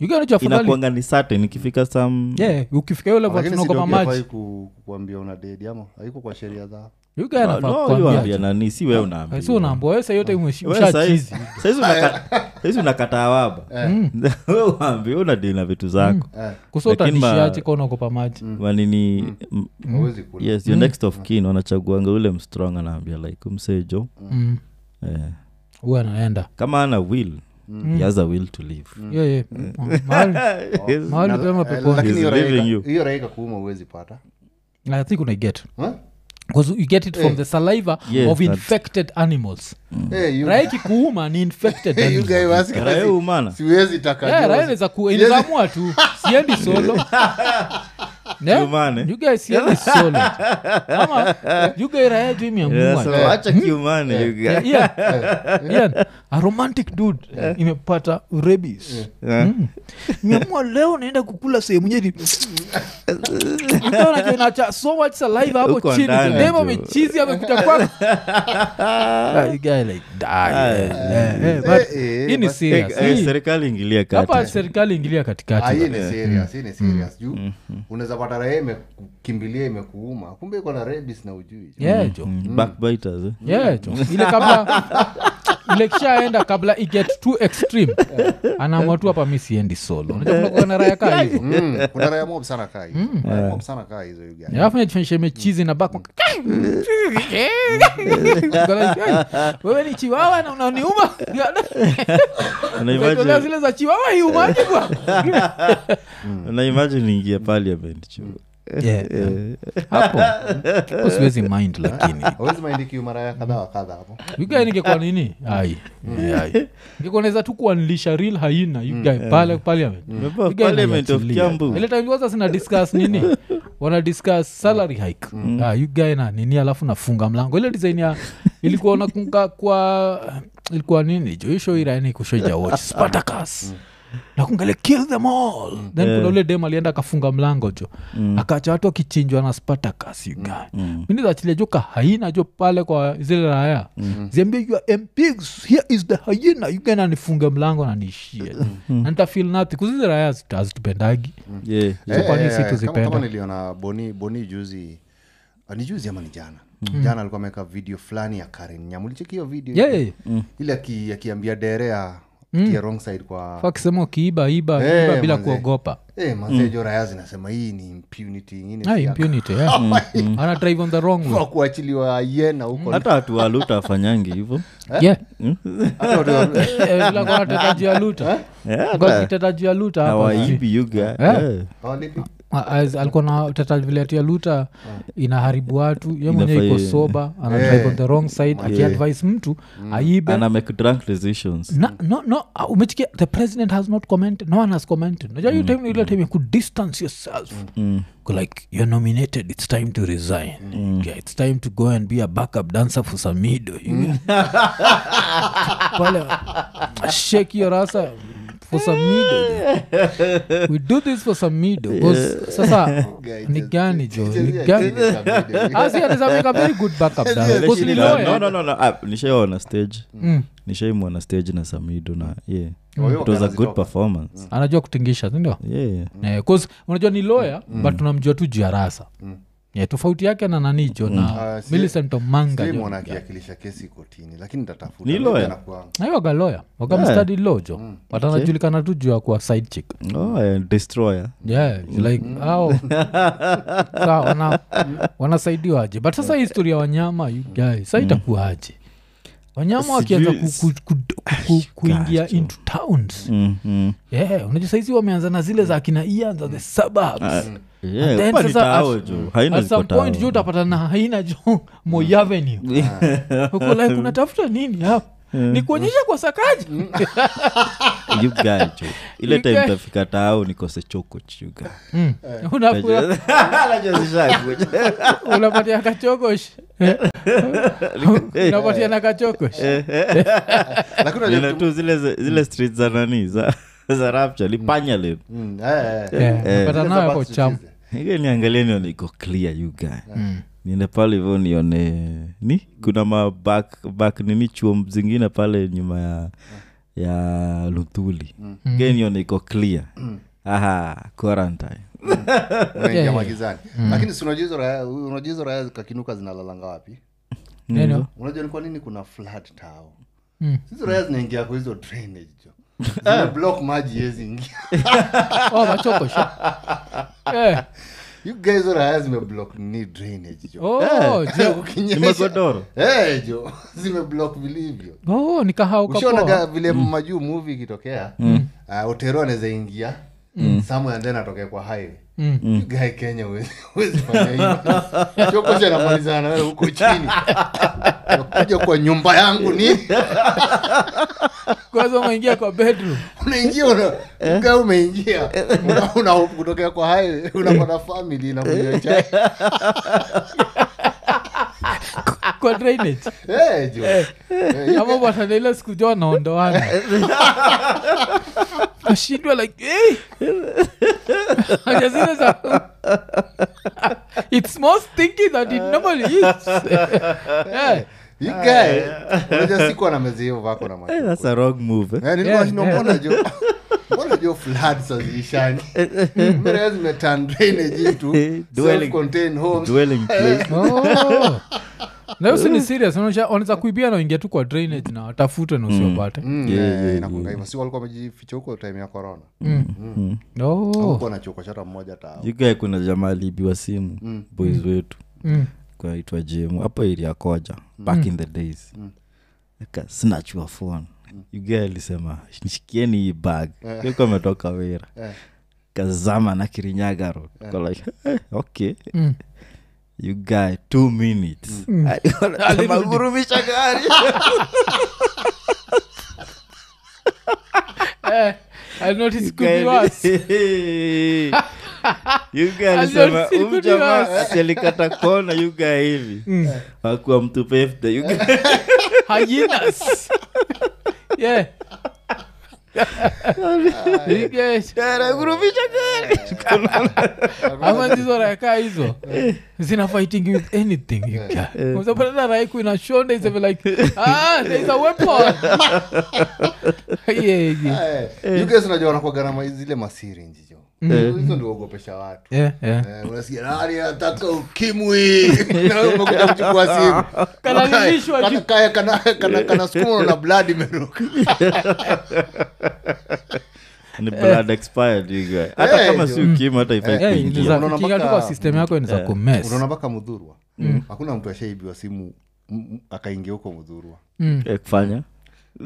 Speaker 1: You get unajua afadhali-
Speaker 4: inakuanga ni sate nikifika sam
Speaker 1: Yeah, ukifika hiyo level
Speaker 2: lakini
Speaker 1: tunaogopa
Speaker 2: sidogafai
Speaker 1: maji
Speaker 2: kuambia una dedi ama haiko kwa sheria zao
Speaker 1: You get anafaa kukwambia jo.
Speaker 4: ambia Ah, nani si we
Speaker 1: si unaambua wewe saa hiyo
Speaker 4: Ah.
Speaker 1: time umeshi- ushachizi.
Speaker 4: saizi unakataa waba
Speaker 1: Hmm.
Speaker 4: (laughs) we uambi unadina vitu zako
Speaker 1: kusa
Speaker 4: Lakini ma- Mm.
Speaker 1: utanishiaje ka unaogopa maji
Speaker 4: manini m-
Speaker 1: Hmm.
Speaker 2: hawezi kula
Speaker 4: Mm. yes your next of kin wanachaguanga ule mstrong anaambia like umsejo
Speaker 1: Mm.
Speaker 4: eh,
Speaker 1: huwa anaenda
Speaker 4: kama ana will he has a will to live
Speaker 1: Yeah, yeah. Mm. Mahali-
Speaker 4: (laughs) Yes.
Speaker 1: mahali pema
Speaker 2: Eh,
Speaker 1: peponi
Speaker 2: lakini hiyo
Speaker 4: He's leaving
Speaker 2: raika-
Speaker 4: you.
Speaker 2: hiyo raika kuuma huwezi pata
Speaker 1: i think unaiget
Speaker 2: Huh?
Speaker 1: bcause you get it from the saliva
Speaker 4: Yeah,
Speaker 1: of
Speaker 4: that-
Speaker 1: infected animals
Speaker 2: Eh, you-
Speaker 1: raiki kuuma ni infected
Speaker 2: (laughs) you
Speaker 1: animals.
Speaker 2: guy wasi-
Speaker 4: Raia huyu maana.
Speaker 2: siwezi taka
Speaker 1: Yeah,
Speaker 2: jua-
Speaker 1: raia inaweza ku- inaamua tu siendi solo Ne?
Speaker 4: Kiumane.
Speaker 1: Eh? You guys siendi solo ama you guys raia juu
Speaker 4: Yeah, so
Speaker 1: imeamua
Speaker 4: acha kiumane, you guy.
Speaker 1: Yeah, Ian. Ian, a romantic dude imepata rabies
Speaker 4: Yeah.
Speaker 1: Hmm. niamua leo naenda kukula sehemu nyeti nacha so much saliva hapo
Speaker 4: Huko
Speaker 1: chini
Speaker 4: ndani
Speaker 1: dem
Speaker 4: tu.
Speaker 1: amechizi amekuta (laughs) kwako Ah, you guy like, die. Eh, eh, but
Speaker 2: eh,
Speaker 1: hii ni
Speaker 2: but-
Speaker 1: serious.
Speaker 4: Eh, eh,
Speaker 1: Hii-
Speaker 4: serikali ingilia kati
Speaker 1: hapa serikali ingilia
Speaker 2: Ah,
Speaker 1: katikati
Speaker 2: hii ni serious hii ni
Speaker 1: Hmm.
Speaker 2: serious juu
Speaker 4: Hmm.
Speaker 2: unaweza pata raia imekimbilia imekuuma kumbe iko na rabies na ujui
Speaker 1: Yeah, jo.
Speaker 4: Mm, backbiters eh.
Speaker 1: Yeah, jo. ile
Speaker 4: (laughs)
Speaker 1: kabla ile kishaenda kabla iget too extreme anaamua tu hapa mi siendi solo Unajua kuna- kuna raya kaa hizo
Speaker 4: (laughs)
Speaker 2: Mm, kuna raya mob sana kaa hizo
Speaker 1: Hmm.
Speaker 2: Raya mob sana kaa hizo you guy.
Speaker 1: afushemechizina
Speaker 4: (laughs)
Speaker 1: wewe ni chiwawa na
Speaker 4: (laughs)
Speaker 1: unaniuma Hmm.
Speaker 4: Una
Speaker 1: Umetolea
Speaker 4: imagine-
Speaker 1: zile za chiwawa iumaji bwana.
Speaker 4: una imagine ingia parliament chu
Speaker 1: (laughs) Yeah, yeah. hapo hapo siwezi mind lakini
Speaker 2: awezi maindiki mara ya kadha wa kadha hapo
Speaker 1: ugae ningekuwa nini ai
Speaker 4: Mm.
Speaker 1: yeah, ai ningekuwa naweza tu kuanlisha real haina ugae pale parliament
Speaker 4: Remember
Speaker 1: You guy
Speaker 4: Mm, eh. parliament of
Speaker 1: inaiachilia.
Speaker 4: Kiambu?
Speaker 1: ile time kwanza sina discuss nini wana discuss salary hike Ah, you guy na nini alafu nafunga mlango ile design ya ilikuwa nakunga kwa ilikuwa nini joisho irani kushoja watch spartacus nakungale kill them all then kuna ule dem alienda akafunga mlango jo akaacha watu akichinjwa na spartacus you guy minizachilia jo kahaina jo pale kwa zile raya ziambie you are MPs, here is the haina you guy nanifunge mlango nanishie na nitafil nathi kuzile raya hazit- hazitupendagi
Speaker 4: Yeah.
Speaker 1: So kwa nini si tuzipende?
Speaker 2: Eh, kama niliona boni boni juzi ah, ni juzi ama ni jana jana alikuwa ameweka video fulani ya karen nyamulicheki hiyo video
Speaker 1: Mm. Yeah, yeah.
Speaker 2: ile aki- akiambia derea mm. wrong side kwa
Speaker 1: fakisema ukiiba iba
Speaker 2: Eh,
Speaker 1: iba bila
Speaker 2: manze.
Speaker 1: kuogopa
Speaker 2: hey, mazejo mm. raya zinasema hii ni impunity ingine
Speaker 1: Ah,
Speaker 2: si ya-
Speaker 1: impunity,
Speaker 2: (laughs) Oh,
Speaker 1: yeah. Mm-hmm. ana drive on the wrong way
Speaker 2: kwa kuachiliwa yena huko
Speaker 4: hata hatuwaluta afanyangi hivo
Speaker 2: eh?
Speaker 1: Yeah.
Speaker 2: Hata watu wa-
Speaker 1: (laughs) Eh, vile kwa wanateta juu ya
Speaker 2: Eh?
Speaker 1: luta Kwa kiteta juu ya luta hapa Eh? hivi.
Speaker 4: awaibi yuga yeah.
Speaker 2: hawalipi.
Speaker 1: A- as- alikuwa na teta vile ati ya luta inaharibu watu ye mwenyewe iko
Speaker 4: Inafaa-
Speaker 1: soba ana
Speaker 2: Ah. Eh. Mm.
Speaker 1: drive on the wrong side akiadvise mtu aibe
Speaker 4: ana make drunk decisions
Speaker 1: Na- no no uh, umechikia the president has not commented no one has commented najua
Speaker 4: Mm.
Speaker 1: hiyo time ile time you could distance yourself Go like you're nominated it's time to resign
Speaker 4: Mm.
Speaker 1: yeah, it's time to go and be a backup dancer for samido
Speaker 4: Mm.
Speaker 1: You- pale shake your rasa for samido we do this for samido 'cause sasa
Speaker 2: Guy,
Speaker 1: ni
Speaker 2: just-
Speaker 1: gani jo ni
Speaker 2: just-
Speaker 1: gani
Speaker 2: just-
Speaker 1: (laughs)
Speaker 2: just- just-
Speaker 1: Ah, see, anaweza make a very good
Speaker 2: (laughs)
Speaker 1: backup dancer 'cause
Speaker 4: Shida-
Speaker 1: niliona-
Speaker 4: no, no, no, no. ah, nishaiona stage
Speaker 1: Mm.
Speaker 4: nishaimwona stage na samido na yeah.
Speaker 2: Oh, hiyo
Speaker 4: it was a
Speaker 2: wanazitoka.
Speaker 4: good performance
Speaker 1: anajua kutingisha sindio
Speaker 4: yeah.
Speaker 1: Eh, 'cause unajua ni lawyer
Speaker 2: Mm.
Speaker 1: but tunamjua tu juu ya rasa Yeah, tofauti yake na nanijo na
Speaker 2: Ah, si-
Speaker 1: millicent omanga
Speaker 2: Sijui
Speaker 1: jo.
Speaker 2: mwona akiwakilisha kesi kotini lakini ntatafuta.
Speaker 4: Ni lawyer?
Speaker 2: Anakuwa-
Speaker 1: Na hiyo waga lawyer wakamstadi law jo
Speaker 2: Mm.
Speaker 1: but anajulikana tu juu ya kuwa side chick
Speaker 4: Oh, yeah. destroyer
Speaker 1: yeah
Speaker 2: Mm.
Speaker 1: like ao
Speaker 2: (laughs)
Speaker 1: sa wana, wanasaidiwaje but sasa hii historia ya wanyama you guys
Speaker 2: Mm.
Speaker 1: sa itakuwaje wanyama wakianza ku, ku, ku,
Speaker 2: Ah,
Speaker 1: ku, kuingia into towns
Speaker 4: mm, mm.
Speaker 1: yeah unajua saizi wameanza na zile za akina ianza the suburbs
Speaker 2: Ah,
Speaker 4: Yeah,
Speaker 1: then
Speaker 4: Eh, hapa ni
Speaker 1: sasa
Speaker 4: tao
Speaker 1: at-
Speaker 4: jo. Haina
Speaker 1: at
Speaker 4: ziko
Speaker 1: some point
Speaker 4: tao. Mm.
Speaker 1: jo utapata na haina jo moyavenu ukolai unatafuta nini hapa
Speaker 4: Mm.
Speaker 1: ni kuonyesha kwa sakaji
Speaker 4: (laughs) You guy, jo. ile
Speaker 1: You
Speaker 4: time
Speaker 1: guy.
Speaker 4: tafika tao nikose choko
Speaker 1: (laughs)
Speaker 4: chuga
Speaker 1: Mm.
Speaker 4: (laughs)
Speaker 1: Unakula- (laughs) unapatia kachokosh
Speaker 4: (laughs)
Speaker 1: Eh,
Speaker 4: Eh.
Speaker 1: unapatia na kachokosh
Speaker 2: Lakini unajua
Speaker 4: tu zile zile street za nani za za rapture lipanya le
Speaker 2: Mm, eh, eh.
Speaker 1: Eh, unapata nayo hapo cham
Speaker 4: Hiyo niangalie nione iko clear you guy niende pale hivyo nione ni kuna ma back, back nini chuo zingine pale nyuma ya ya luthuli ge nione iko clear aha quarantine
Speaker 2: unaingia
Speaker 1: Yeah. Mm.
Speaker 2: magizani lakini si unajua hizo raya- unajua hizo raya kakinuka zinalalanga wapi
Speaker 1: Neno.
Speaker 2: unajua ni kwa nini kuna flat tao
Speaker 1: Mm.
Speaker 2: hizo raya zinaingia kwa hizo drainage
Speaker 1: (laughs)
Speaker 2: jo zimeblock maji yezi ingia
Speaker 1: Oh, machokosh Eh,
Speaker 2: you guys hizo raya zimeblock ni drainage jo
Speaker 1: oh,
Speaker 4: Eh.
Speaker 1: je-
Speaker 4: ni
Speaker 2: ukinyesha
Speaker 4: magodoro
Speaker 2: Eh, jo (laughs) zimeblock vilivyo
Speaker 1: oh, ni kahauka
Speaker 2: ushaonaga
Speaker 1: poa.
Speaker 2: vile majuu muvi ikitokea ah, otero anaweza ingia somewhere and then atokee kwa highway You guy kenya huwezi- huwezi fanya hivyo. Chokocha anamalizana na wewe huko chini kuja kwa nyumba yangu nini
Speaker 1: kwanza umeingia kwa
Speaker 4: (laughs)
Speaker 1: bedroom
Speaker 2: unaingia una, you guy umeingia una, una, kutokea kwa highway unapata family inakunywa chai
Speaker 1: kwa drainage
Speaker 2: Eh, jo. Eh, you
Speaker 1: ama bwana ile siku jo wanaondoana ashindwa like hey! Haja zile za it's more stinky than it normally is Eh. yeah.
Speaker 2: You guy, unajua sikuwa na mezi hiyo vako Eh. na
Speaker 4: Eh,
Speaker 2: matuko.
Speaker 4: that's a wrong move eh.
Speaker 2: Eh, nilikuwa
Speaker 1: Yeah,
Speaker 2: nashinda
Speaker 1: yeah.
Speaker 2: mbona jo (laughs) mbona jo floods
Speaker 4: (laughs)
Speaker 2: haziishani mbona yaani zimeturn drainage into
Speaker 4: Dwelling.
Speaker 2: self-contained homes.
Speaker 4: dwelling place
Speaker 1: oh. na usi ni serious unaonyesha- wanaweza kuibia na uingia tu kwa drainage na watafute na usiopate
Speaker 2: Mm,
Speaker 4: Yeah,
Speaker 2: eh,
Speaker 4: yeah, yeah.
Speaker 2: inakuanga hivyo. Si walikuwa wamejificha huko time ya corona
Speaker 1: oh.
Speaker 2: Hakukuwa na chuo chata mmoja ta
Speaker 4: Oh.
Speaker 2: (laughs)
Speaker 4: you guy kuna jamaa aliibiwa simu boys wetu
Speaker 1: mm.
Speaker 4: kwaitwa jemu hapo iria koja back in the days Aka snatch your phone yuga alisema nishikieni hii bag yuko ametoka wira kazama na kirinyaga road Kwa like "Eh, okay
Speaker 1: Mm.
Speaker 4: you guy two minutes (laughs)
Speaker 1: (laughs)
Speaker 4: Aligurumisha (laughs) gari
Speaker 1: Eh, I noticed could be
Speaker 4: (laughs)
Speaker 1: worse. Aliona
Speaker 4: yuga alisema
Speaker 1: siku ni
Speaker 4: umjamaa
Speaker 1: worse."
Speaker 4: asialikata kona yuga
Speaker 1: Mm.
Speaker 4: hivi akuwa mtu pefda
Speaker 2: (laughs)
Speaker 4: yuga
Speaker 1: Hyenas. Yeah. You get-
Speaker 4: anagurumisha gari
Speaker 1: ama ndizo rakaa hizo zina fighting with anything you get. Unapata raiku ina shonda is like ah there is a weapon yeah, yeah.
Speaker 4: Eh.
Speaker 2: uks Eh. unajua wanakuwa gharama zile masirinji jo
Speaker 4: Mm.
Speaker 2: hizo ndio ogopesha watu
Speaker 1: Yeah, yeah.
Speaker 2: Eh, unasikia nani anataka ukimwi (laughs) Na wewe umekuja kuchukua
Speaker 4: (laughs)
Speaker 2: simu
Speaker 1: Kalalilishwa
Speaker 2: Kana-
Speaker 1: juu.
Speaker 2: kana- kana- kana- kana sukumwa na blood imeruka
Speaker 4: ni blood expired yuga hata
Speaker 2: Eh,
Speaker 4: kama si ukima hata ifai
Speaker 1: Yeah,
Speaker 4: kuingia.
Speaker 1: inaweza-
Speaker 2: Unaona mpaka-
Speaker 1: ikingatuka system yako inaweza kumess.
Speaker 2: unaona mpaka mudhurwa hakuna mtu ashaibiwa simu m- m- akaingia huko mudhurwa
Speaker 4: Eh, kufanya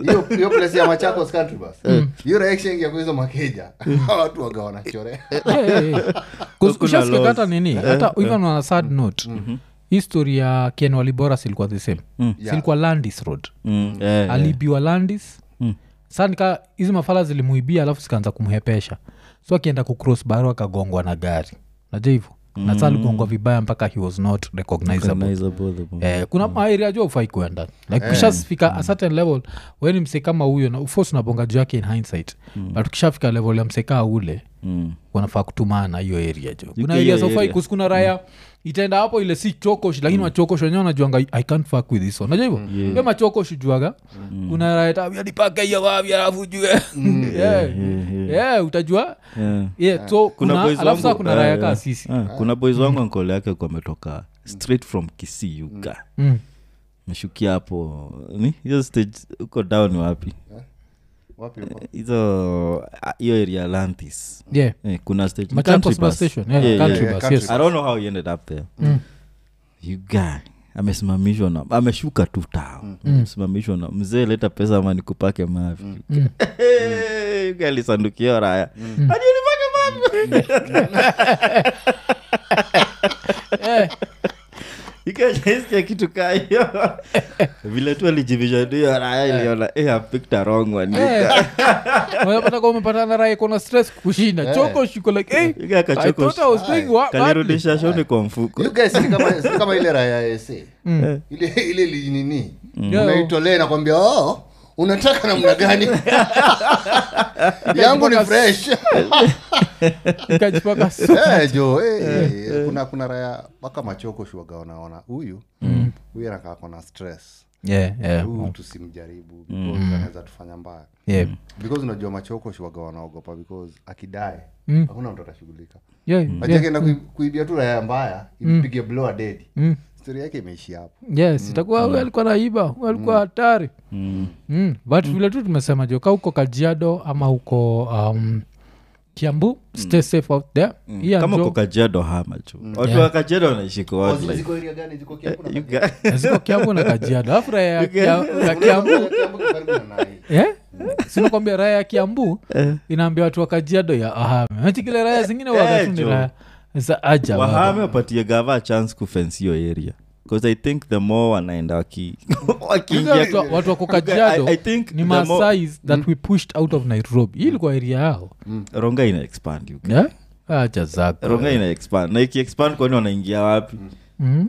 Speaker 2: hiyo hiyo place ya machakos country bus hiyo reaction ya kwa hizo makeja Hawa watu waga wanachorea
Speaker 1: Eh.
Speaker 2: (laughs)
Speaker 4: Huku na laws.
Speaker 1: ushaskia hata nini hata even on a sad note
Speaker 2: Mm-hmm.
Speaker 1: hii story ya ken walibora silikuwa the same
Speaker 2: Mm. Yeah.
Speaker 1: silikuwa landis road
Speaker 4: Mm, eh, eh.
Speaker 1: alibiwa landis sa nika hizi mafala zilimuibia alafu zikaanza kumhepesha so akienda kucross baro akagongwa na gari najua hivo na sa aligongwa vibaya mpaka he was not recognizable
Speaker 4: Recognizable the moment.
Speaker 1: Eh, kuna maaria jua ufai kuenda like
Speaker 4: Eh.
Speaker 1: ukishafika
Speaker 4: Mm.
Speaker 1: a certain level weni mse kama huyo na ufos unabonga juu yake in hindsight but ukishafika level ya msekaa ule
Speaker 4: Mm.
Speaker 1: wanafaa kutumana hiyo area jo kuna
Speaker 4: hiyo
Speaker 1: area sofai
Speaker 4: area. Mm.
Speaker 1: kuskuna raya itaenda hapo ile si chokosh lakini machokosh wenyewe wanajuanga i can't fuck with this one unajua hivyo yeah. machokosh ujuaga
Speaker 4: Mm.
Speaker 1: kuna raya tabiadipaka hiyo wapi alafu ujue (laughs) yeah. yeah, utajua
Speaker 4: Yeah.
Speaker 1: yeah, so kuna,
Speaker 4: boys
Speaker 1: alafu saa
Speaker 4: wangu-
Speaker 1: kuna
Speaker 4: eh,
Speaker 1: raya
Speaker 4: eh,
Speaker 1: kaa
Speaker 2: Ah.
Speaker 1: sisi
Speaker 4: eh, kuna boys wangu ankole yake alikuwa ametoka straight from kisii yuga
Speaker 2: Hmm.
Speaker 1: Mm.
Speaker 4: meshukia hapo ni hiyo stage huko down wapi
Speaker 2: wapi huko?
Speaker 4: hizo ah, hiyo area atlantis
Speaker 1: yeah.
Speaker 4: eh, kuna stage ni
Speaker 1: Machakos
Speaker 4: country
Speaker 1: bus
Speaker 4: bus.
Speaker 1: station, yeah,
Speaker 4: Yeah,
Speaker 1: country
Speaker 4: yeah.
Speaker 1: bus,
Speaker 2: country
Speaker 1: yes. Mm.
Speaker 2: bus.
Speaker 4: i don't know how he ended up there you guy amesimamishwa na ameshuka tu tao
Speaker 1: Mm.
Speaker 4: amesimamishwa na mzee leta pesa ama nikupake mavi
Speaker 1: Mm.
Speaker 4: (laughs) You guy alisandukia raya Ati unipake mavi?
Speaker 1: (laughs) Eh,
Speaker 4: ikajaiskia kitu kaa hiyo vile tu alijivishaduyo raya iliona eh, I picked a wrong one."
Speaker 1: eh. unapata kwa umepata na raya kona stress kushinda chokosh uko like hey,
Speaker 4: Eh. You guy
Speaker 1: I
Speaker 4: akachoko-
Speaker 1: thought I was playing wa- badly.
Speaker 4: kalirudisha shoni kwa mfuko
Speaker 2: You guys ni kama si kama ile raya ya SA. ile ile linini
Speaker 4: Mm.
Speaker 1: Yeah.
Speaker 2: unaitolea nakwambia oh, unataka namna gani yangu ni fresh
Speaker 1: Nikajipaka so- (laughs)
Speaker 2: Eh, jo eh, eh, kuna kuna raya mpaka machoko shuaga wanaona huyu huyu anakaa kona stress
Speaker 1: Mm. Yeah, yeah. Mm.
Speaker 2: huyu tusimjaribu because anaweza tufanya mbaya
Speaker 1: Yeah.
Speaker 2: because unajua machoko shuaga wanaogopa because akidae hakuna mtu atashughulika
Speaker 1: Yeah, Mm.
Speaker 4: Mm.
Speaker 1: yeah. Mm.
Speaker 2: ajakenda kuibia tu raya mbaya impige blow a dead stori yake imeishi hapo
Speaker 1: yes itakuwa
Speaker 4: Mm.
Speaker 1: huyu alikuwa naiba huyu alikuwa hatari Mm, but vile tu tumesema joka huko kajiado ama huko um, kiambu stay safe out there Hii ya
Speaker 4: Mm. kama
Speaker 1: njo-
Speaker 4: uko kajiado hama chu watu wa kajiado wanaishi kwa
Speaker 2: Ziko-
Speaker 4: wildlife.
Speaker 2: ziko area gani ziko Kiambu na
Speaker 4: (laughs) You guy-
Speaker 1: ziko kiambu na kajiado alafu raya
Speaker 4: (laughs)
Speaker 1: ya
Speaker 4: Okay.
Speaker 1: Kia- ya kiambu
Speaker 2: Kiambu- Kiambu kiko karibu na Nai.
Speaker 1: Eh? sinakwambia raya ya kiambu inaambia watu wa kajiado ya ahame nachikile raya zingine
Speaker 4: Eh,
Speaker 1: wagatuni
Speaker 4: jo.
Speaker 1: raya za aja
Speaker 4: wahame wapatie gava chance kufensi hiyo area bcause i think the more wanaenda waki- (laughs) wakiingia
Speaker 1: Watu- watu wako
Speaker 4: I- I
Speaker 1: kajiado
Speaker 4: think
Speaker 1: ni
Speaker 4: the more-
Speaker 1: masais that we pushed out of nairobi hii ilikuwa area yao
Speaker 4: ronga ina expand you guy.
Speaker 1: Eh? acha zako
Speaker 4: ronga ina expand na iki expand kwani wanaingia wapi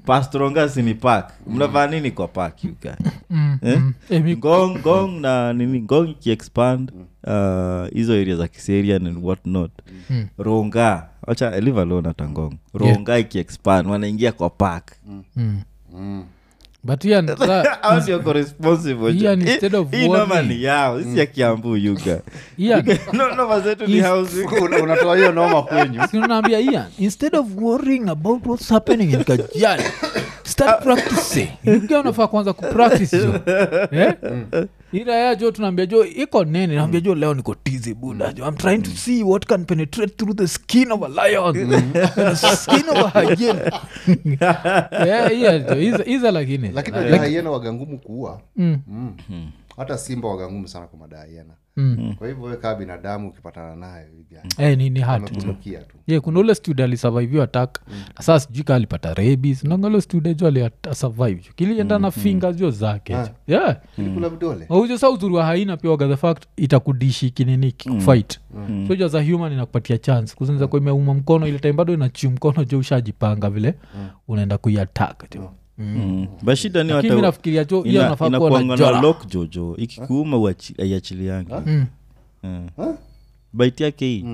Speaker 4: past ronga sini park mnavaa nini kwa park you guy? Eh?
Speaker 1: Eh, mi-
Speaker 4: ngong ngong na nini ngong ikiexpand uh, hizo area za kiserian and what not
Speaker 1: Mm.
Speaker 4: ronga wacha live alone hata ngong ronga ikiexpand wanaingia kwa park
Speaker 1: Mm. but here and there,
Speaker 4: Mm. (laughs) Hao ndio wako responsible,
Speaker 1: Hii
Speaker 4: jo.
Speaker 1: and
Speaker 4: Hii-
Speaker 1: instead of Mm.
Speaker 4: hii noma
Speaker 1: worrying.
Speaker 4: ni yao si ya kiambu yuga
Speaker 1: here and-
Speaker 4: (laughs) No, noma zetu ni
Speaker 1: Is-
Speaker 4: housing.
Speaker 2: Una- unatoa hiyo noma kwenyu
Speaker 1: Si unaambia ian instead of worrying about what's happening in kajani start practicing Ingia unafaa kwanza kupractice jo eh? ira ya jo tunaambia jo iko nene naambia jo leo niko tizi buda jo i'm trying to see what can penetrate through the skin of a lion and (laughs) the skin of a hyena Eh, iya jo, hizo- hizo lakini
Speaker 4: Hmm.
Speaker 2: lakini like, haiena waga ngumu kuua mm. hata simba wagangumu sana kwa madaiana
Speaker 1: Mm.
Speaker 2: kwa hivyo we kaa binadamu ukipatana nayo igani
Speaker 1: Eh, ni, ni hati
Speaker 2: amekunukia tu
Speaker 1: ye kuna ule stud alisurviviwa attack na saa sijui kaa alipata rabis nangalo stud jo aliasurvive jo kilienda na fingers jo zake jo yeah
Speaker 4: Hmm.
Speaker 2: ilikula vidole
Speaker 1: aujo sa uzuri wa haina pia waga the fact itakudishi kinini kufight mm. so as a human inakupatia chance kuzinza kwa imeuma mkono ile time bado inachiu mkono jo ushajipanga vile unaenda kuiattack jo
Speaker 4: bashida Mm. ni
Speaker 1: lakini mi
Speaker 4: hata-
Speaker 1: nafikiria jo hiyo
Speaker 4: ina-
Speaker 1: anafaa kuwa na
Speaker 4: inakuanga na
Speaker 1: jora
Speaker 4: lock jojo ikikuuma uachi- aiachiliangi
Speaker 1: Mm.
Speaker 4: Eh. bait yake hii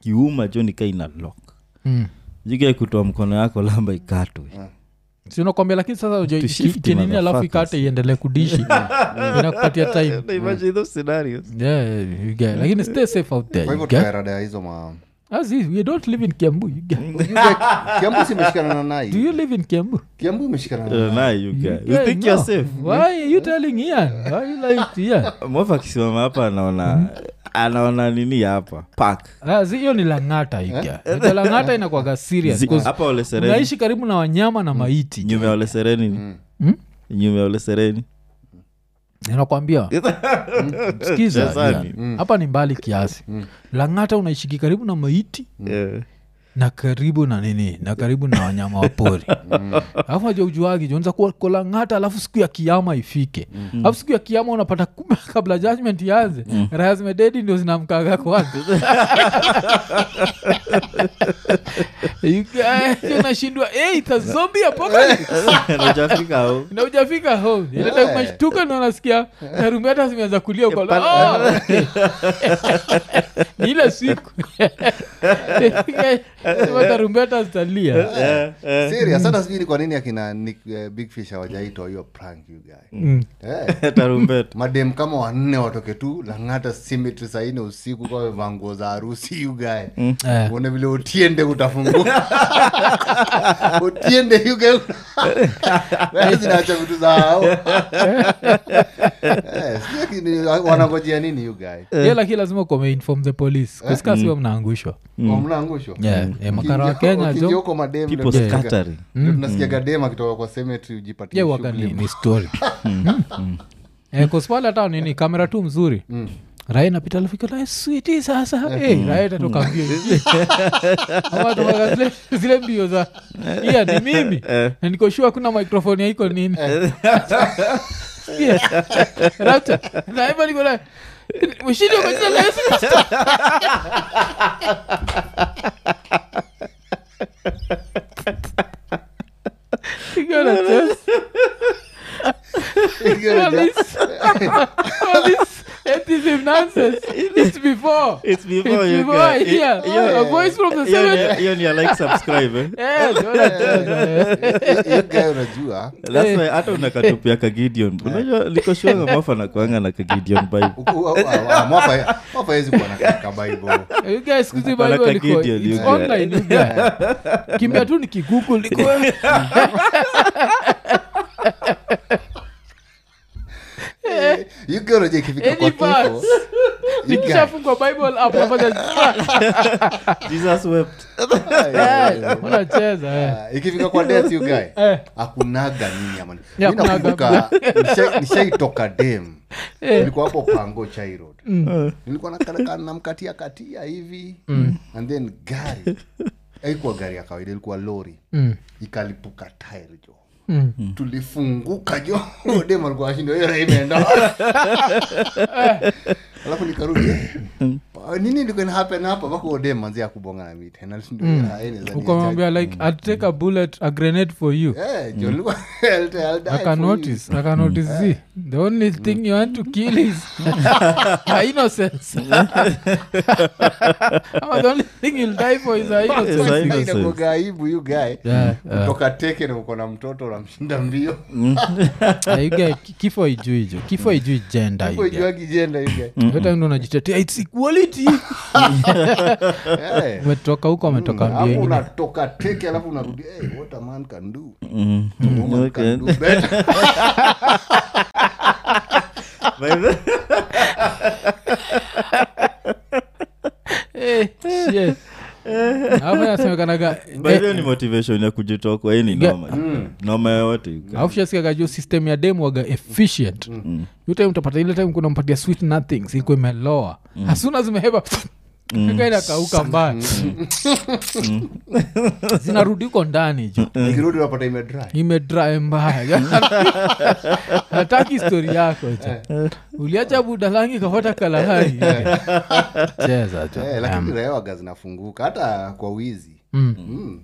Speaker 4: kiuma jo nika ina lock
Speaker 1: Mm. Eh,
Speaker 4: jigae kutoa mkono yako lamba ikatwe
Speaker 1: Si unakwambia lakini sasa jo
Speaker 4: To shift
Speaker 1: kinini alafu
Speaker 4: motherfuckers.
Speaker 1: ikate iendelee kudishi inakupatia
Speaker 4: (laughs)
Speaker 1: time
Speaker 4: Imagine those scenarios.
Speaker 1: yeah, you get- lakini stay safe out there
Speaker 2: kwa hivyo
Speaker 1: you get.
Speaker 2: tukaerada ya hizo ma
Speaker 1: As is, we don't live in kiambu you get.
Speaker 2: kiambu simeshikana na
Speaker 1: do you
Speaker 2: nai
Speaker 1: live in kiambu
Speaker 2: kiambu imeshikana na
Speaker 4: Eh,
Speaker 2: nai
Speaker 4: nah, you guy. You
Speaker 1: Yeah,
Speaker 4: think
Speaker 1: no.
Speaker 4: you're safe?
Speaker 1: why are you telling ian why you like ian
Speaker 4: mwafu akisimama hapa anaona
Speaker 1: Hmm?
Speaker 4: anaona nini hapa pak
Speaker 1: Ah, zi- hiyo ni langata iga langata inakwaga serious
Speaker 4: Eh? Zi-
Speaker 1: 'cause
Speaker 4: hapa Mm. ole sereni
Speaker 1: unaishi karibu na wanyama na maiti
Speaker 4: nyume ya ole sereni ni?
Speaker 1: Mm.
Speaker 4: nyume ya ole sereni
Speaker 1: nakwambia sikiza
Speaker 4: Eh, Jazani. Mm.
Speaker 1: Ian, hapa ni mbali kiasi langata unaishiki karibu na maiti
Speaker 4: (laughs) Eh.
Speaker 1: na karibu na nini na karibu na wanyama wapori alafu naja ujuagi jonza kolangata alafu siku ya kiama ifike alafu siku ya kiama unapata kumbe (laughs) kabla judgment ianze raha zimededi ndio zinamkaga kwanza (laughs) You guys, unashindwa hey, it's a zombie apocalypse."
Speaker 4: Na hujafika hao.
Speaker 1: na ujafika home ile time unashtuka na unasikia tarumbeta zimeanza kulia uko,
Speaker 4: pale-
Speaker 1: "Oh!" Ni ile siku Sema tarumbeta zitalia
Speaker 4: Eh, eh.
Speaker 2: serious hata sijui ni kwa nini akina Nick, eh, big fish hawajaitwa hiyo prank you
Speaker 4: Hmm.
Speaker 2: guy
Speaker 1: Mm.
Speaker 2: Eh.
Speaker 4: tarumbeta
Speaker 2: madem kama wanne watoke tu langata simitri saine usiku kwa wamevaa nguo za harusi yugae
Speaker 4: Mm.
Speaker 1: Eh.
Speaker 2: uone vile utiende
Speaker 4: (laughs)
Speaker 2: utafungua utiende yugae zinaacha vitu
Speaker 4: (laughs)
Speaker 2: zao Eh, sijui akini- wanangojea nini yugae
Speaker 1: Yeah, lakini lazima komeinform the police kusikasiwa mnaangushwa
Speaker 2: wamnaangushwa
Speaker 1: Yeah, eh, makara wa kenya Mm. jo
Speaker 2: ukioko madem
Speaker 4: Mm. People
Speaker 2: ndio tunasikia-
Speaker 4: scattering.
Speaker 2: ndio tunasikiaga dem akitoka kwa cemetery ujipatie
Speaker 1: ye waga ni,
Speaker 2: (laughs) shughuli.
Speaker 1: ni story kospala hata nini kamera tu mzuri rai napita lafikalswiti sasa Eh, hey, rai tatoka mbio Ama atokaga zile- zile mbio za iya ni mimi na nikoshua hakuna microfoni yaiko nini (laughs) Yes. Rapture. Naimba niko na- mshindi kwa jina (laughs) la Yesu Kristo. Piga na test. (laughs) All this- all this atheism nonsense. It's before.
Speaker 4: It's before
Speaker 1: It's
Speaker 4: you
Speaker 1: before
Speaker 4: guy.
Speaker 1: I hear
Speaker 4: Hiyo-
Speaker 1: a voice from the
Speaker 4: hiyo
Speaker 1: seventh.
Speaker 4: ni- hiyo ni ya like subscribe eh.
Speaker 1: Eh, unaona test, eh.
Speaker 2: Yugae unajua
Speaker 4: That's why hata unakatupia kagideon unajua likoshwaga mafa nakuanga na kagideon bible
Speaker 2: mwapa hezi kuwa nakakabaibo
Speaker 1: You guys, siku hizi
Speaker 4: Wanataka
Speaker 1: Bible liko-
Speaker 4: Gideon, you
Speaker 1: it's
Speaker 4: guy.
Speaker 1: online, you guy. kimbia tu nikigugul
Speaker 2: igoroje ikifika kwa
Speaker 1: Any
Speaker 2: kifo
Speaker 1: parts. nikishafungwa bible app, nafanya-
Speaker 4: jesus wept
Speaker 2: ay,
Speaker 1: unacheza eh.
Speaker 2: ah, ikifika kwa death you guy
Speaker 1: Eh.
Speaker 2: akunaga nini amani
Speaker 1: Ya,
Speaker 2: mi nakumbuka nisha- nishaitoka dem
Speaker 1: Eh. Mm.
Speaker 2: nilikuwa hapo pango chai road nilikuwa nakanaka- namkatia katia hivi
Speaker 1: Mm.
Speaker 2: and then gari aikuwa gari ya kawaida ilikuwa lori ikalipuka tire jo
Speaker 1: Mm.
Speaker 2: tulifunguka jo (laughs) dem alikuwa ashindo hiyo raha
Speaker 1: (laughs)
Speaker 2: imeenda
Speaker 1: Eh.
Speaker 2: alafu nikarudi Pa- nini ilikuwa ina happen hapa mpaka huyo dem manzi akubonga na miti na ndio
Speaker 1: Mm.
Speaker 2: raha yaani ile za
Speaker 1: ukamwambia like i'll take a bullet a grenade for you
Speaker 2: Eh, John Luka, (laughs) I'll- I'll die
Speaker 1: I can
Speaker 2: for you.
Speaker 1: notice, I can notice Z. The only thing you want to kill (laughs) is her (laughs) innocence. Ama the only thing you'll die for is her innocence.
Speaker 4: Yes, I
Speaker 2: (laughs) Sasa
Speaker 4: innocence.
Speaker 2: inakuwaga aibu you guy
Speaker 1: Yeah, yeah.
Speaker 2: kutoka teke na uko na mtoto unamshinda mbio
Speaker 1: (laughs) Yeah, uh, you get- kifo ijui jo kifo ijui jenda
Speaker 2: Hapo ijua kijenda you guy.
Speaker 1: ndo unajitetea "It's (laughs) equality."
Speaker 2: Eh,
Speaker 1: (laughs) umetoka huko ametoka mbio
Speaker 2: hapo
Speaker 1: ingine
Speaker 2: unatoka teke alafu unarudi "Hey, what a man can do,
Speaker 4: Mm.
Speaker 2: a woman
Speaker 4: Okay.
Speaker 2: can do better."
Speaker 4: By the-
Speaker 1: (laughs) Eh, shit. Alafu inasemekanaga
Speaker 4: By the way, ni motivation ya kujitokwa hii ni
Speaker 1: Yeah.
Speaker 4: noma noma yoyote you guys.
Speaker 1: alafu shasikiaga juu system ya dem waga efficient mm. time utapata ile time kunampatia sweet nothings iko imeloa mm. asuna zimeheva inakauka mbaya (laughs) zinarudi uko ndani juu
Speaker 2: ikirudi unapata imedry
Speaker 1: imedrae mbaya (laughs) hataki stori yako jo uliacha budalangi kapata kalahari (laughs) cheza tu
Speaker 2: Eh, lakini rewaga zinafunguka hata kwa wizi
Speaker 1: Mm.
Speaker 2: Mm.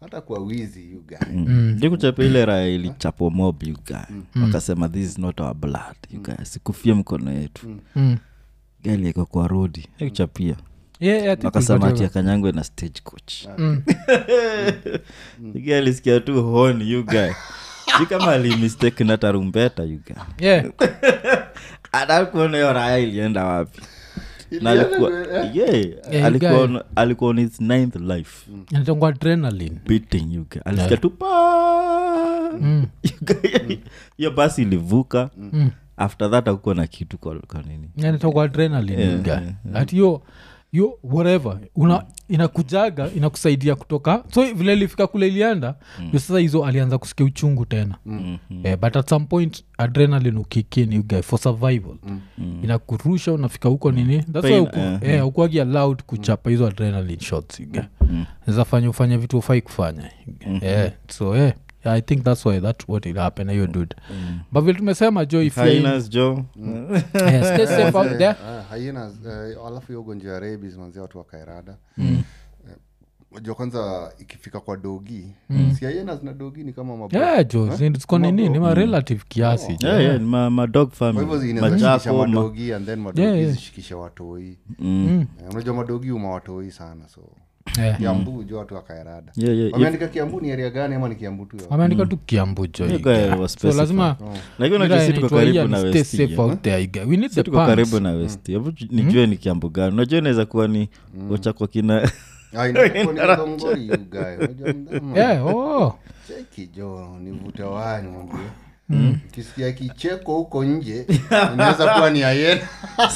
Speaker 2: hata kwa wizi you guy.
Speaker 4: ndikuchapa Mm. ile raya ilichapwa mob you guy
Speaker 1: Mm.
Speaker 4: wakasema this is not our blood you guy sikufia mkono yetu
Speaker 1: Mm.
Speaker 4: gari iko kwa rodi ikuchapia
Speaker 1: Yeah, yeah, ati
Speaker 4: wakasema
Speaker 1: kulipatiwa-
Speaker 4: ati akanyangwe na stage coach
Speaker 2: Mm.
Speaker 1: Mm.
Speaker 4: (laughs) igi alisikia tu honi you guy si kama alimistake na tarumbeta you guy
Speaker 1: Yeah.
Speaker 4: atakuona hiyo raya ilienda wapi na
Speaker 2: Ilienda
Speaker 4: alikuwa
Speaker 2: tu, eh.
Speaker 4: yeah,
Speaker 1: you
Speaker 4: alikuwa
Speaker 1: guy.
Speaker 4: on- alikuwa on his ninth life
Speaker 2: Mm.
Speaker 1: Inatangwa adrenaline
Speaker 4: beating you guy. alisikia tu pa
Speaker 1: Mm.
Speaker 4: (laughs) You
Speaker 2: Mm.
Speaker 4: guy, hiyo basi ilivuka after that akukuwa na kitu kwa kwa nini
Speaker 1: inatangwa Yaani adrenaline yeah, ati yo yo whatever una inakujaga inakusaidia kutoka so vile ilifika kule ilienda ndio sasa hizo alianza kusikia uchungu tena eh, but at some point adrenaline ukikin you guy for survival Mm. inakurusha unafika huko nini that's why
Speaker 4: Pain,
Speaker 1: uku,
Speaker 4: eh,
Speaker 1: eh, ukuagi allowed kuchapa hizo adrenaline shots you guy Unaweza fanya ufanye vitu ufai kufanya eh, so eh, i think that's why that what it happen na hiyo dude but vile tumesema jo if you're in-
Speaker 4: hainas jo
Speaker 2: Mm.
Speaker 1: Eh, stay (laughs) safe out there
Speaker 2: Ah, haina eh, alafu hiyo ugonjwa ya rabies manzia watu wakaerada jua kwanza ikifika kwa dogi si haina zina dogi ni kama mabwa-
Speaker 4: Eh,
Speaker 1: yeah, jo ziko nini ni
Speaker 4: mm.
Speaker 1: ma relative kiasi jo.
Speaker 4: yeah, yeah, ma, ma dog
Speaker 2: kwa hivyo
Speaker 4: family
Speaker 2: inaweza shikisha
Speaker 4: majako ma,
Speaker 2: madogi and then madogi
Speaker 1: Yeah, yeah.
Speaker 2: zishikishe watoi Eh, unajua madogi uma watoi sana so
Speaker 1: Eh,
Speaker 2: kiambu jua watu wakaerada
Speaker 4: yeah, yeah, if-
Speaker 2: wameandika kiambu ni area gani ama ni kiambu tu ya-
Speaker 1: wameandika
Speaker 4: Mm.
Speaker 1: tu kiambu jo
Speaker 4: you
Speaker 1: hii.
Speaker 4: guy was
Speaker 1: so
Speaker 4: specified.
Speaker 1: lazima
Speaker 4: Lakini Oh. unajua
Speaker 1: ila
Speaker 4: si tuko
Speaker 1: inaitwa hii
Speaker 4: karibu
Speaker 1: and
Speaker 4: na
Speaker 1: stay
Speaker 4: West
Speaker 1: safe
Speaker 4: Hill.
Speaker 1: out there, you guy. We need the Hmm?
Speaker 4: tuko
Speaker 1: pumps.
Speaker 4: karibu na westi hebu nijue ni kiambo gani unajua inaweza kuwa ni ocha kwa kina (laughs)
Speaker 2: Ah, inakuwa ni kidongori, you guy. Unajua mdama.
Speaker 1: Yeah, oh.
Speaker 2: cheki jo nivute wani mwambie kisikia kicheko huko nje (laughs) inaweza kuwa ni ayena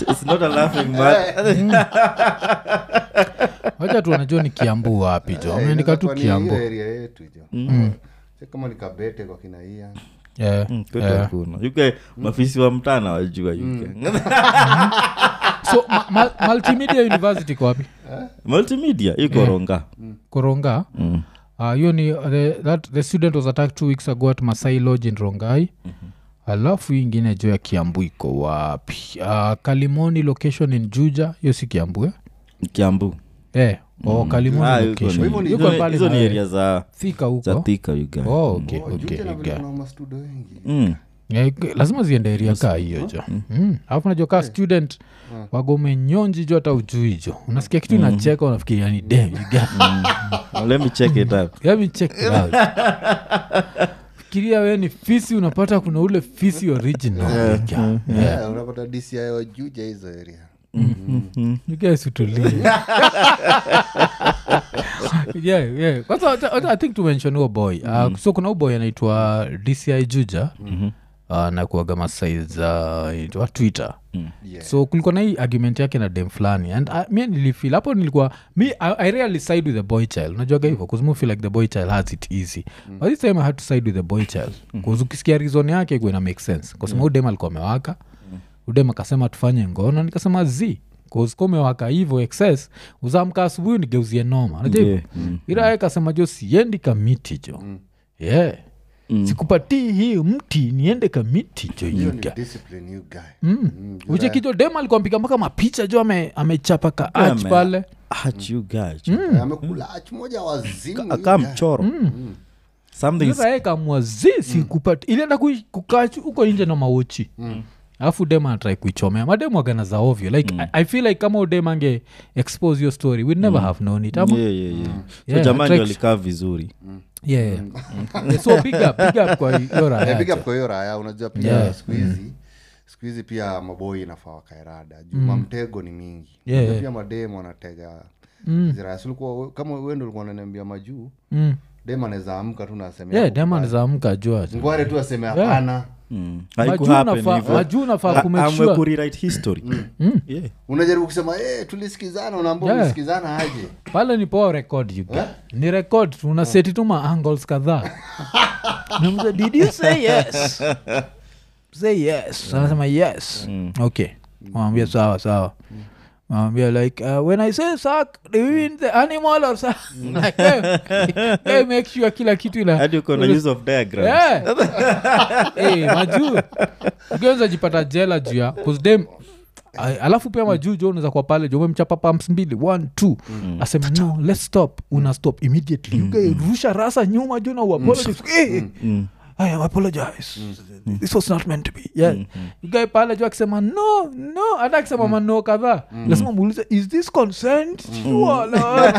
Speaker 4: It's not a laughing matter.
Speaker 1: wacha tu wanajua ni kiambu wapi
Speaker 2: Eh,
Speaker 4: Eh,
Speaker 1: jo wameandika tu kiambo
Speaker 2: area yetu jo
Speaker 4: Mm.
Speaker 1: Mm.
Speaker 2: Cheki kama ni kabete kwa kinaia
Speaker 1: Yeah,
Speaker 4: Hmm, Kwetu
Speaker 1: yeah.
Speaker 4: hakuna. You guy, mafisi wa mtana wajua you guy.
Speaker 1: so ma- ma- multimedia university iko wapi
Speaker 4: (laughs) multimedia iko ronga
Speaker 1: koronga
Speaker 4: Mm.
Speaker 1: Ah, hiyo ni uh, the, that, the student was attacked two weeks ago at masai lodge in rongai
Speaker 4: Mm-hmm.
Speaker 1: alafu hii ingine jo ya kiambu iko wapi Ah, kalimoni location in juja hiyo si kiambu eh?
Speaker 4: kiambu
Speaker 1: Eh, oh, Kalimuni
Speaker 4: Ah, yuko
Speaker 1: location.
Speaker 4: ni-
Speaker 1: Yuko
Speaker 4: hizo ni-
Speaker 1: mbali
Speaker 4: hizo
Speaker 1: na
Speaker 4: ni
Speaker 1: wewe.
Speaker 4: area za
Speaker 1: Thika
Speaker 4: za
Speaker 1: huko
Speaker 4: thika you guy.
Speaker 1: Oh, okay, okay,
Speaker 2: juje na
Speaker 1: okay.
Speaker 2: vile kuna mastudo wengi
Speaker 4: Mm.
Speaker 1: Eh, k- lazima ziende eria kaa hiyo jo Mm. alafu najua
Speaker 2: Eh.
Speaker 1: kaa student
Speaker 2: Ah.
Speaker 1: wagomenyonji jo hata ujui jo unasikia
Speaker 4: Mm.
Speaker 1: kitu inacheka unafikiria ni dem you get-
Speaker 4: Well, let me check it out
Speaker 1: Let me check it
Speaker 4: (laughs)
Speaker 1: out. fikiria we ni fisi unapata kuna ule fisi original you get.
Speaker 4: Mm,
Speaker 1: Yeah.
Speaker 2: Yeah, Eh, unapata dci wajuja hizo area
Speaker 4: Hmm,
Speaker 1: You guys utulie. Yeah, yeah. Kwanza, wacha- wacha- i think tumention huo boy uh, so kuna huo boy anaitwa dci juja uh, na kuaga masaiza wa twitter
Speaker 2: Yeah.
Speaker 1: so kulikuwa na hii argument yake na dem fulani and uh, mi nilifil hapo nilikuwa mi I, i really side with the boy child najuaga hivyo kuzmu feel like the boy child has it easy
Speaker 2: Mm.
Speaker 1: but this time i had to side with the boy child
Speaker 2: Mm-hmm.
Speaker 1: kuzu ukisikia reason yake ikuwa ina make sense kasema mm. udem alikuwa amewaka
Speaker 2: Mm.
Speaker 1: udem akasema tufanye ngono nikasema z koskomewaka hivo excess uzamka asubuhi nigeuzie noma najaivo
Speaker 4: Yeah.
Speaker 1: yeah.
Speaker 2: Mm.
Speaker 1: ila yeye kasema jo siendi kamiti jo yeah sikupatii hii mti niende kamiti jo
Speaker 2: Mm. hiyo ni
Speaker 1: yuga
Speaker 2: discipline you guy Mm, juu
Speaker 1: ucheki jo dem alikuwa mpiga mpaka mapicha jo ame- amechapa ka
Speaker 4: Yeah,
Speaker 1: arch
Speaker 4: man.
Speaker 1: pale Hmm.
Speaker 4: Ach, you guy.
Speaker 2: ya- amekula ach moja wazimu
Speaker 4: Ka-
Speaker 2: you
Speaker 4: kaa
Speaker 2: guy.
Speaker 4: mchoro Something is-
Speaker 1: sasa yeye kamua zi sikupati ilienda kui- kukaa chu- huko nje na mawochi alafu dem anatrai kuichomea mademu agana za ovyo like I, i feel like kama udem ange expose your story we'd never have known it ama Mm.
Speaker 4: Yeah, yeah, yeah. so
Speaker 1: Yeah, Mm.
Speaker 4: jamani
Speaker 1: attracts-
Speaker 4: walikaa vizuri
Speaker 1: yeah, yeah. Yeah, so big up, big up kwa hiyo raha
Speaker 2: Eh, big
Speaker 1: yake.
Speaker 2: up kwa hiyo raya unajua pia
Speaker 1: Yeah. Mm.
Speaker 2: siku hizi siku hizi pia maboi inafaa wakaerada juu mamtego ni mingi
Speaker 1: Mm. Yeah,
Speaker 2: Unajua
Speaker 1: yeah.
Speaker 2: pia mademu wanatega ziraya sulikuwa kama wendo ulikuwa unaniambia majuu
Speaker 1: Mm.
Speaker 2: dem anaweza amka tu nasemea
Speaker 1: yeah, deman zaamka jua
Speaker 2: ngware tu aseme hapana
Speaker 4: Mm.
Speaker 1: majuu nafaa kumekshua Mm.
Speaker 4: Mm.
Speaker 2: unajaribu kusema hey, tulisikizana unaambia
Speaker 1: Yeah.
Speaker 2: ulisikizana aje
Speaker 1: pale ni poa record you get. ni record tu, unaseti tu ma angles kadhaa Namza, did you say yes say yes anasema yes okay Mwambie sawa sawa Mwambie like uh, when i say suck do you mean the animal or suck (laughs) like, hey, hey, make sure kila kitu ila Yeah. (laughs) Eh, majuu ukiweza jipata jela juu ya kusdem alafu pia majuu jo unaweza kuwa pale jo umemchapa pams mbili one two aseme no let's stop una stop immediately you guys rusha rasa nyuma jo na uapologize Eh, I am apologize. This was not meant to be. Yeah. You guy pale juu akisema no, no, hata akisema maneno kadhaa. Lazima muulize is this consent? You are not.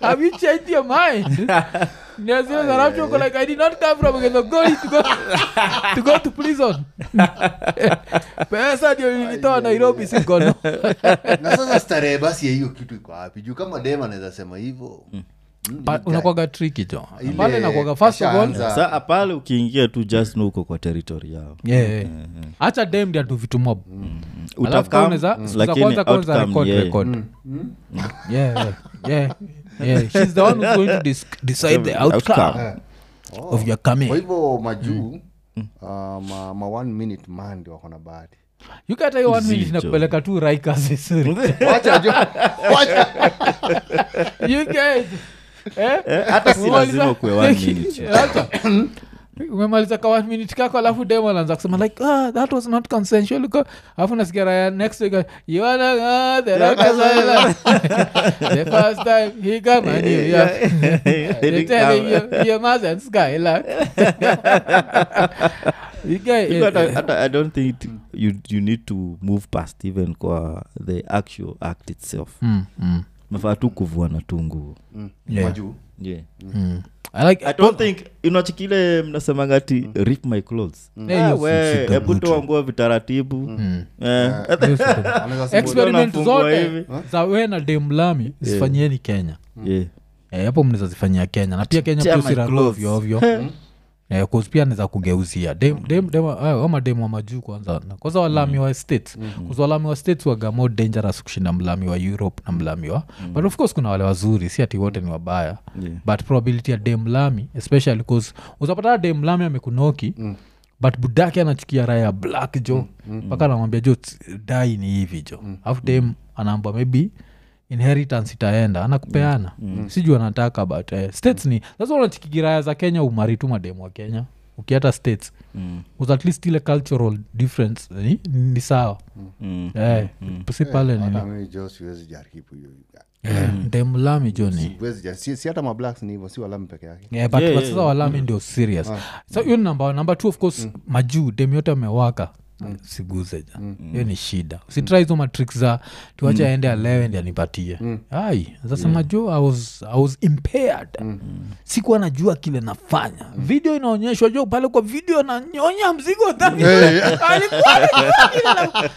Speaker 1: Have you changed your mind? Ndio zile za rapture uko like I did not come from Githunguri to go (laughs) to go to
Speaker 4: (laughs)
Speaker 1: prison. Pesa ndio nilitoa Nairobi siko
Speaker 4: (laughs)
Speaker 1: no.
Speaker 2: na sasa starehe basi ya hiyo kitu iko wapi juu kama dem anaweza sema hivo
Speaker 1: Mm. Pa- Unakuwaga tricky jo.
Speaker 2: Ile
Speaker 1: Pale nakuwaga first of all.
Speaker 2: ashaanza.
Speaker 4: sa pale ukiingia tu just nuko kwa territory yao
Speaker 1: Yeah.
Speaker 4: Mm,
Speaker 1: yeah. Acha dem ndio tuvitu mob. Alafu
Speaker 4: Utacome,
Speaker 1: kwanza-
Speaker 4: mm.
Speaker 1: za
Speaker 4: lakini
Speaker 1: kwanza kwanza
Speaker 4: outcome Mm.
Speaker 1: record
Speaker 4: ni
Speaker 1: record.
Speaker 4: yeye.
Speaker 1: Mm. Yeah, yeah, yeah, yeah. She's the one who's going to dis- decide the outcome,
Speaker 4: (laughs) Outcome.
Speaker 1: of your coming.
Speaker 2: kwa
Speaker 1: Mm.
Speaker 2: hivyo majuu uh, ma, ma one minute man ndio wako na
Speaker 1: (laughs)
Speaker 2: bahati
Speaker 1: You get a one minute
Speaker 4: Zito.
Speaker 1: inakupeleka tu Rikers vizuri.
Speaker 2: wacha jo wacha
Speaker 1: You get- eh?
Speaker 4: hata si
Speaker 1: Umemaliza-
Speaker 4: lazima kuwe one minute.
Speaker 1: Acha. umemaliza ka one minute kako alafu demo anaanza kusema like ah, that was not consensual Ko- alafu nasikia raya next week you wanna go the Rikers Island?" the first time he come and you yeah.
Speaker 4: (laughs)
Speaker 1: They're telling you, you mustn't skylark. You eh, get
Speaker 4: Because I-
Speaker 1: it.
Speaker 4: hata- I don't think it- you, you need to move past even kwa the actual act itself
Speaker 1: Mm, mm,
Speaker 4: nafaa tu kuvua na tu nguo
Speaker 1: yeah.
Speaker 2: majuu
Speaker 4: yeah.
Speaker 1: Mm. I like-
Speaker 4: i don't think unachikile mnasemaga ti rip my clothes
Speaker 1: Eh,
Speaker 4: Ah,
Speaker 1: Mm. you
Speaker 4: we,
Speaker 1: should
Speaker 4: hebu
Speaker 1: not.
Speaker 4: toa nguo vitaratibu
Speaker 1: Mm.
Speaker 4: Eh,
Speaker 1: Yes, you can.
Speaker 2: anaweza sema
Speaker 1: experiment
Speaker 4: Mbona nafungua
Speaker 1: zote
Speaker 4: hivi?
Speaker 1: za we na demlami zifanyieni kenya
Speaker 4: yeah.
Speaker 1: Eh, hapo mnaweza zifanyia kenya na pia kenya
Speaker 4: Tear
Speaker 1: pia
Speaker 4: my clothes.
Speaker 1: usiraovyoovyo Eh, pia naweza kugeuzia dem- dem- dem- ah, ama dem wa majuu kwanza Na kwanza walami wa states kwanza walami wa states waga more dangerous kushinda mlami wa europe na mlami wa but of course kuna wale wazuri si ati wote ni wabaya
Speaker 4: Yeah.
Speaker 1: but probability ya dem lami especially bcause uzapata dem lami amekunoki but budake anachukia raha ya black jo mpaka anamwambia jo "Tsi, dai ni hivi jo alafu dem anaambwa maybe inheritance itaenda anakupeana
Speaker 4: Mm,
Speaker 1: sijuu anataka but eh, states ni sasa unachikigiraya za kenya umari tu mademu wa kenya ukiata states mm. at least ile cultural difference eh, ni, ni sawa
Speaker 4: Mm.
Speaker 1: eh, si pale ni
Speaker 2: hata mimi jo siwezi jaribu hiyo
Speaker 1: eh, dem lami jo
Speaker 4: Mm.
Speaker 1: ni
Speaker 2: siwezi jaribu si, si hata mablacks ni hivyo si walami peke yake
Speaker 1: Yeah, but
Speaker 4: Yeah,
Speaker 1: but
Speaker 4: yeah,
Speaker 1: sasa walami ndio serious so hiyo ni namba namba two of course majuu dem yote amewaka siguze ja hiyo ni shida usitrai hizo matrix za tuache aende alewe ndi anipatie ai sasa majuu I was, I was impaired sikuwa najua kile nafanya video inaonyeshwa jo pale kwa video nanyonya mzigo dhani (laughs) Alikuwa anajua kile na-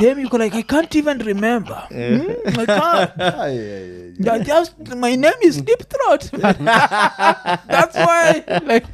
Speaker 1: dem yuko like i can't even remember Mm, I can't.
Speaker 2: Ai, ai, ai.
Speaker 1: Yeah, just my name is deep throat (laughs) that's why like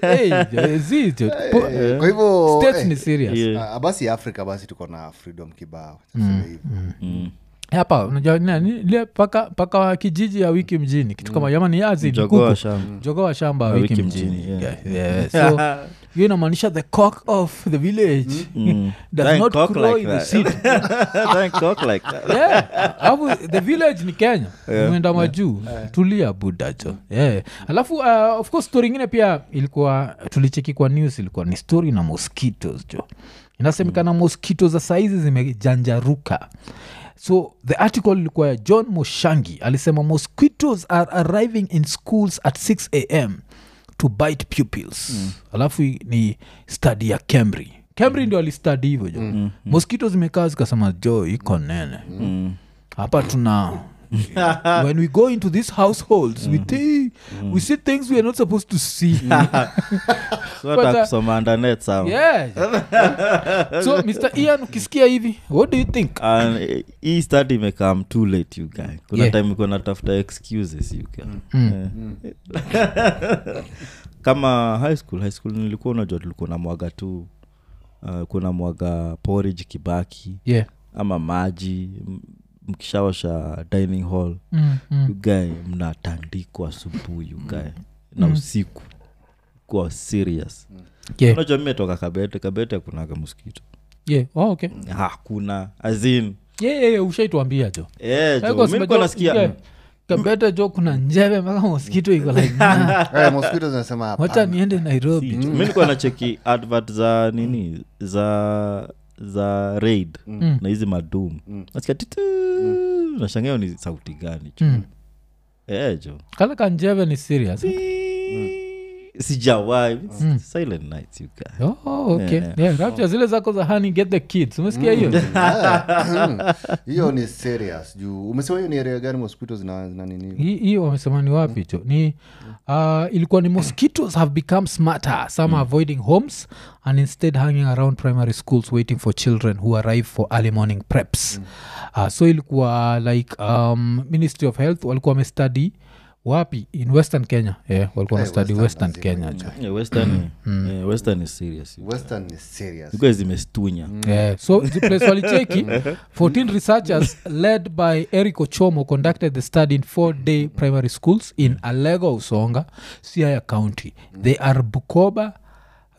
Speaker 1: hey, zi- zi- po-
Speaker 2: kwa hivyo
Speaker 1: states
Speaker 2: eh,
Speaker 1: ni serious
Speaker 4: Yeah.
Speaker 2: ah, basi afrika basi tuko na freedom kibao
Speaker 1: Mm.
Speaker 2: tuseme hivyo.
Speaker 1: hapa unajua nani ile paka paka wa kijiji ya wiki mjini kitu kama jamani yazi ni
Speaker 4: Jogoo wa
Speaker 1: kuku
Speaker 4: shamba.
Speaker 1: jogoo wa Mm. shamba wa wiki
Speaker 4: wiki
Speaker 1: mjini
Speaker 4: mjini,
Speaker 1: Yeah, yeah. (laughs) so hiyo inamaanisha the cock of the village (laughs) does
Speaker 4: Mm. Thank
Speaker 1: not
Speaker 4: cock
Speaker 1: crow
Speaker 4: like
Speaker 1: in the
Speaker 4: that.
Speaker 1: city
Speaker 4: (laughs) Thank God like that.
Speaker 1: Yeah. Alafu the village ni kenya mwenda majuu tulia buda jo yeah. alafu uh, of course story ingine pia ilikuwa tulicheki kwa news ilikuwa ni story na mosquitos jo inasemekana mosquito za saizi zimejanjaruka so the article ilikuwa ya john moshangi alisema mosquitos are arriving in schools at 6 am to bite pupils alafu ni study ya kemri kemri ndio alistadi
Speaker 4: Mm. Mm.
Speaker 1: hivyo jo mosquito zimekaa zikasema jo iko nene hapa tuna when we go into these households
Speaker 4: Mm.
Speaker 1: we, thi- we see things we are not supposed to
Speaker 4: (laughs)
Speaker 1: see But, uh,
Speaker 4: kusoma ndanet sawa
Speaker 1: (laughs) yeah. so mr ian ukisikia hivi what do you think
Speaker 4: And, eh, hii study imekam too late you guy kuna
Speaker 1: Yeah. Mm.
Speaker 4: time iko natafuta excuses you guy Eh. (laughs) kama high school high school nilikuwa unajua tulikuwa na mwaga tu uh, kuna mwaga porridge kibaki
Speaker 1: yeah
Speaker 4: ama maji m- mkishawasha dining hall
Speaker 1: mm, mm.
Speaker 4: ugae mnatandikwa asubuhi ugae na
Speaker 1: Mm.
Speaker 4: usiku kuwa serious
Speaker 1: yeah
Speaker 4: unajua mimetoka kabete kabete akunaga mosquito
Speaker 1: yeah oh, okay
Speaker 4: hakuna azin
Speaker 1: yeah, yeah, yeah ushaituambia jo Eh, kwa sababu
Speaker 4: mimi
Speaker 1: jo- yeah,
Speaker 4: nasikia
Speaker 1: kabete jo kuna njeve mpaka moskito iko
Speaker 4: (laughs)
Speaker 1: like nah,
Speaker 2: Eh, mosquitoes zinasema hapa.
Speaker 1: wacha niende nairobi
Speaker 4: mi nikuwa nacheki advert za nini za za raid
Speaker 1: Mm.
Speaker 4: na hizi madumu nasikia titu nashangao ni sauti gani jo
Speaker 1: Mm.
Speaker 4: Eh, jo
Speaker 1: kala ka njeve ni serious
Speaker 4: sijawai Mm. silent nights you guys.
Speaker 1: Oh, okay.
Speaker 4: Yeah.
Speaker 1: Yeah, rapture zile zako za hani get the kids umesikia hiyo
Speaker 2: Mm. Hmm. hiyo ni serious juu umesema hiyo ni area gani mosquitoes zina zina nini
Speaker 1: Hii- hii wamesema ni wapi cho ni uh, ilikuwa ni mosquitoes have become smarter some are avoiding homes and instead hanging around primary schools waiting for children who arrive for early morning preps uh, so ilikuwa like um, ministry of health walikuwa wamestudy wapi in western kenya yeah, walikuwa
Speaker 2: Eh,
Speaker 1: wamestudy
Speaker 2: Western
Speaker 1: western, kenya
Speaker 2: lazima,
Speaker 1: cho
Speaker 4: Yeah, western yeah, western is serious you guys.
Speaker 2: western ni serious
Speaker 4: Because zimestunya
Speaker 1: Yeah. Uh-huh. so the place (laughs) walicheki 14 researchers led by eric ochomo conducted the study in four day primary schools in alego usonga siaya county they are bukoba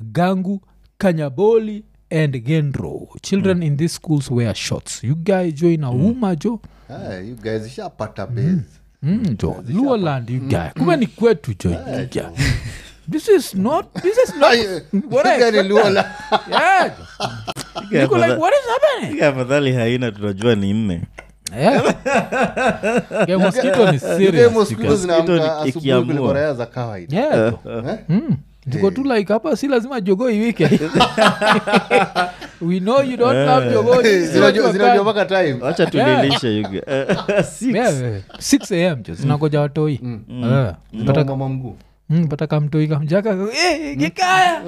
Speaker 1: gangu kanyaboli and gendro children in these schools wear shorts you guy jo inauma jo
Speaker 2: Ah, you guys ishapata base (laughs)
Speaker 1: Mm, jo luoland you guy kumbe ni kwetu Mm. jo you guy. this is not this is not what (laughs) I
Speaker 2: Hiyo ni
Speaker 1: expected.
Speaker 2: Luola.
Speaker 1: Yeah, jo.
Speaker 4: Yeah,
Speaker 1: Niko like
Speaker 4: afadha-
Speaker 1: what is happening
Speaker 4: yeah, afadhali haina tunajua ni nne
Speaker 1: Yeah. Yeah, mosquito ni
Speaker 2: Zile
Speaker 1: (laughs) serious, you
Speaker 2: mosquitoes
Speaker 1: guys.
Speaker 2: zinaamka
Speaker 4: Mosquito
Speaker 2: asubuhi kuliko
Speaker 4: ikiamua.
Speaker 2: raia za kawaida Eh?
Speaker 1: Yeah, though. Mm. Ziko tu like hapa si lazima jogo iwike we know you don't love
Speaker 2: (laughs)
Speaker 1: jogo
Speaker 2: Eh,
Speaker 1: si
Speaker 2: zinajua
Speaker 1: lazima
Speaker 2: zinajua
Speaker 1: kani.
Speaker 2: mpaka time
Speaker 4: wacha tulilishe yuga. (laughs) Eh, six.
Speaker 1: Yeah, yeah, yeah. 6 am jo zinagoja watoi Mm. Yeah. Pata-
Speaker 2: Nauma mguu
Speaker 1: mm, pata kamtoi kamjaka "Eh, (laughs) kikaya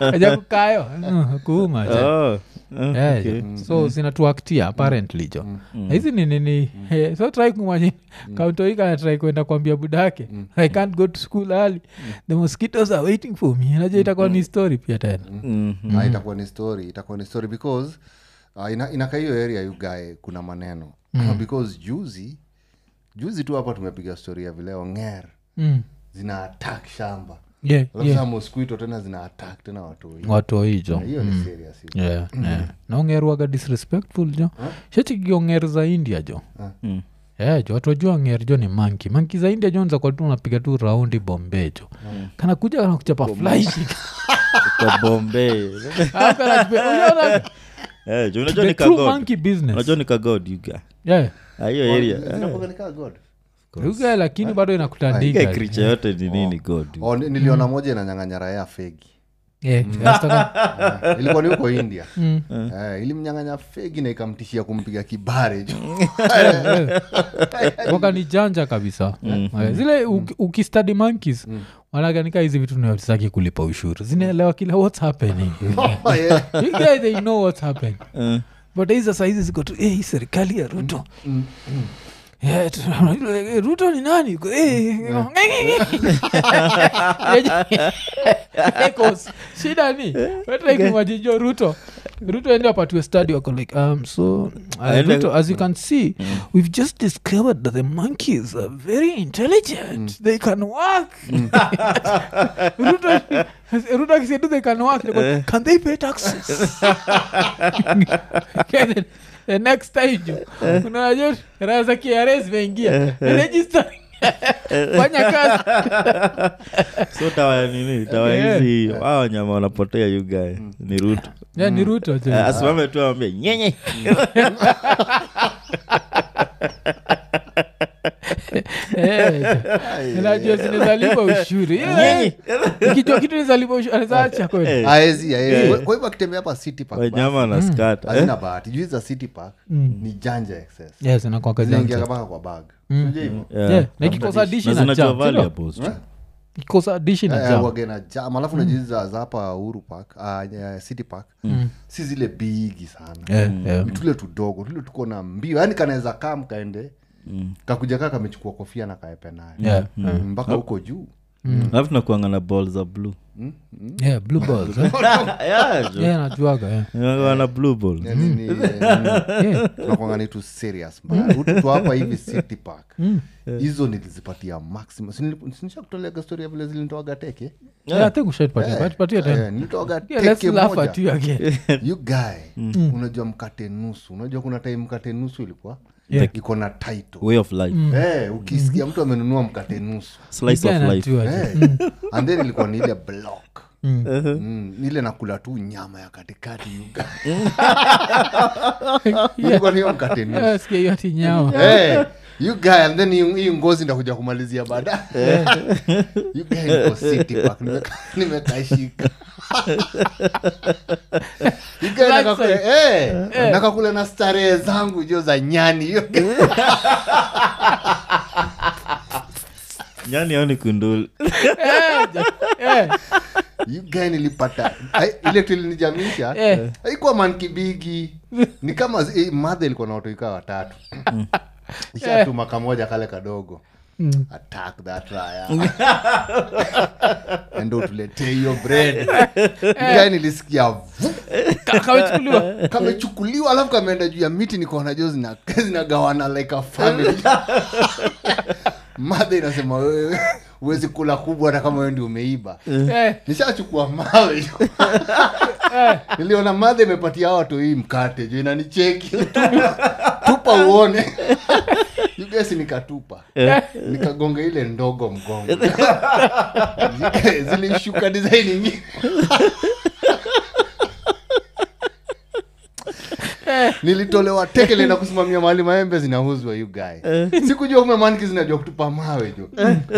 Speaker 1: aja kukayo Mm, kuuma jo.
Speaker 4: Oh,
Speaker 1: Yeah,
Speaker 4: okay.
Speaker 1: jo. so
Speaker 4: Mm.
Speaker 1: zinatuaktia apparently jo Na hizi ni nini eh, so try kumwanyi
Speaker 4: Mm.
Speaker 1: kauntoika anatrai kwenda kuambia budake i can't go to school early
Speaker 4: Mm.
Speaker 1: the mosquitoes are waiting for me najua itakuwa ni story pia tena
Speaker 4: Mm.
Speaker 1: Hmm.
Speaker 2: Ah, itakuwa ni story itakuwa ni story because uh, ina, inaka hiyo area yugae kuna maneno
Speaker 1: Hmm.
Speaker 2: Ah, because juzi juzi tu hapa tumepiga story ya vile onger
Speaker 1: Mm.
Speaker 2: zina attack shamba
Speaker 1: Yeah,
Speaker 2: alafu
Speaker 1: yeah.
Speaker 2: yeah. mosquito tena zina attack tena watoi
Speaker 1: watoi jo
Speaker 2: hiyo ni serious hiyo.
Speaker 1: Yeah,
Speaker 4: Mm.
Speaker 1: yeah. naongerwaga disrespectful jo shechikiongeri za india jo
Speaker 4: Mm.
Speaker 1: yeah, jo watojua ngeri jo ni manki manki za india jo nzakwa tu unapiga tu raundi bombe jo
Speaker 4: Mm.
Speaker 1: kanakuja kanakuchapa
Speaker 4: (laughs)
Speaker 1: flaishi
Speaker 4: Kwa Bombay. (laughs) Eh, jo, unajua ni
Speaker 1: the
Speaker 4: ka
Speaker 1: true
Speaker 4: God.
Speaker 1: monkey business
Speaker 4: unajua ni ka God, yuga.
Speaker 1: yeah.
Speaker 4: Ah, hiyo area eh,
Speaker 2: Zinakuwa ni kaa god
Speaker 1: Ruga, lakini bado
Speaker 4: hiyo
Speaker 1: inakutandika
Speaker 4: creature yote ni nini god
Speaker 1: Mm.
Speaker 4: you-
Speaker 2: Oh, ni- niliona moja inanyang'anya raia fegi
Speaker 1: Yeah, (laughs) rasta-
Speaker 2: Eh, ilikuwa ni huko india
Speaker 1: Mm.
Speaker 2: Eh, ilimnyang'anya fegi na ikamtishia kumpiga
Speaker 1: (laughs)
Speaker 2: kibare (laughs) juu
Speaker 1: wakanijanja kabisa Eh, zile uki- ukistadi monkeys wanaganika hizi vitu naisaki kulipa ushuru zinaelewa kila whats happening
Speaker 2: Oh,
Speaker 1: You guys, they know whats happening but hizo saizi ziko tu eh, hii serikali ya ruto Eh, tu- eh, ruto ni nani Eh, Eh, 'cause shida ni wetlaikimajijo ruto ruto ende apatiwe study wako like um, so uh,
Speaker 4: Aende-
Speaker 1: ruto as you can see we've just discovered that the monkeys are very intelligent they can work ruto ruto akisetu they can work They're like, can they pay taxes (laughs) Okay, then the next stage unawaja raha za krs veingia register fanya kazi
Speaker 4: so dawa ya nini dawa
Speaker 1: Yeah. Mm.
Speaker 4: hizi hawa wanyama wanapotea yugae ni ruto
Speaker 1: Ya, Yaani ni ruto tu.
Speaker 4: Eh, asimame tu awambia nyenye
Speaker 1: Eh, najua zinezalipa ushuru Yeah. ikijua kitu nizalipa ushuru anazaacha
Speaker 2: eh.
Speaker 1: kweli
Speaker 2: aezi aezi kwa hivyo akitembea hapa city park basi.
Speaker 4: wanyama
Speaker 1: eh?
Speaker 4: naskata
Speaker 2: hazina bahati juu za city park
Speaker 1: Mm.
Speaker 2: ni janja excess
Speaker 1: yes inakuwa Eh, kazi yangu.
Speaker 2: zinaingia mpaka kwa bag
Speaker 1: Mm.
Speaker 2: unajua hivyo
Speaker 1: Yeah, na ikikosa dishi
Speaker 4: Eh? na
Speaker 1: na
Speaker 4: zinajua
Speaker 1: jam
Speaker 4: value
Speaker 1: sio?
Speaker 4: hapo sio?
Speaker 1: ikikosa dishi na
Speaker 2: Eh,
Speaker 1: jam Mm.
Speaker 2: wage na jam alafu najuu za za hapa uhuru park ah, eh, city park si zile bigi sana
Speaker 1: Yeah, yeah.
Speaker 2: Ni tule tudogo tule tuko na mbio yaani kanaweza kaa mkaende kakuja kaa kamechukua kofia na kaepe nayo
Speaker 1: Yeah.
Speaker 2: Mm, mpaka huko juu
Speaker 4: alafu tunakuanga na ball za blue
Speaker 1: Yeah, blue balls,
Speaker 2: (laughs)
Speaker 1: eh.
Speaker 4: (laughs) Yeah, jo.
Speaker 1: Yeah, najuaga eh. yeah.
Speaker 4: Tunakuanga na blue ball
Speaker 2: Yaani ni- Eh.
Speaker 1: Yeah.
Speaker 2: tunakwanga nitu serious
Speaker 1: Mm.
Speaker 2: mbaya. Utu tu hapa hivi city park hizo nilizipatia maximum sinishakutoleka story ya vile zilinitoaga teke
Speaker 1: Yeah, eh, I think ushaipatia. Patipatia tena.
Speaker 2: Eh, nilitoaga
Speaker 1: Yeah, let's
Speaker 2: teke
Speaker 1: laugh
Speaker 2: moja
Speaker 1: at you Mm. again.
Speaker 2: you guy unajua mkate nusu unajua kuna time mkate nusu ilikuwa
Speaker 1: Yeah. Mm.
Speaker 2: iko na title
Speaker 4: way of life
Speaker 2: Eh, ukisikia mtu amenunua mkate nusu
Speaker 4: slice
Speaker 1: Yeah,
Speaker 4: of life
Speaker 1: najua, yeah.
Speaker 2: Eh, and then ilikuwa ni ile block Mm, ile nakula tu nyama ya katikati you guy. ilikuwa ni hiyo mkate nusu
Speaker 1: Yeah, Eh, sikia hiyo ati nyama.
Speaker 2: hey, you guy and then hiyo- hiyo ngozi ndakuja kumalizia baada You guy niko city park, nimeka- nimekashika You guy
Speaker 1: Right
Speaker 2: nakakula-
Speaker 1: side.
Speaker 2: eh, nakakula na starehe zangu jo za nyani You guy-
Speaker 4: nyani au ni kunduli
Speaker 1: eh,
Speaker 2: (laughs) you guy nilipata ai- ile tulinijamisha
Speaker 1: Eh.
Speaker 2: haikuwa mankibigi ni kama zi- eh, madha ilikuwa na watoika watatu ishatuma kamoja kale kadogo attack that raya (laughs) endo tuletee hiyo bread guy nilisikia vu
Speaker 1: Ka- kamechukuliwa.
Speaker 2: kamechukuliwa alafu kameenda juu ya miti nikaona jo zina- (laughs) zinagawana like a family madha inasema wewe huwezi kula kubwa hata kama wewe ndio umeiba
Speaker 1: Eh,
Speaker 2: nishachukua mawe niliona madhe imepatia hawa watu hii mkate juu inanicheki tupa, tupa uone ugesi nikatupa
Speaker 1: Eh.
Speaker 2: nikagonga ile ndogo mgongo Zile- zilishuka design ingine nilitolewa tekele na kusimamia mahali maembe zinauzwa ugae sikujua umemaniki zinajua kutupa mawe jo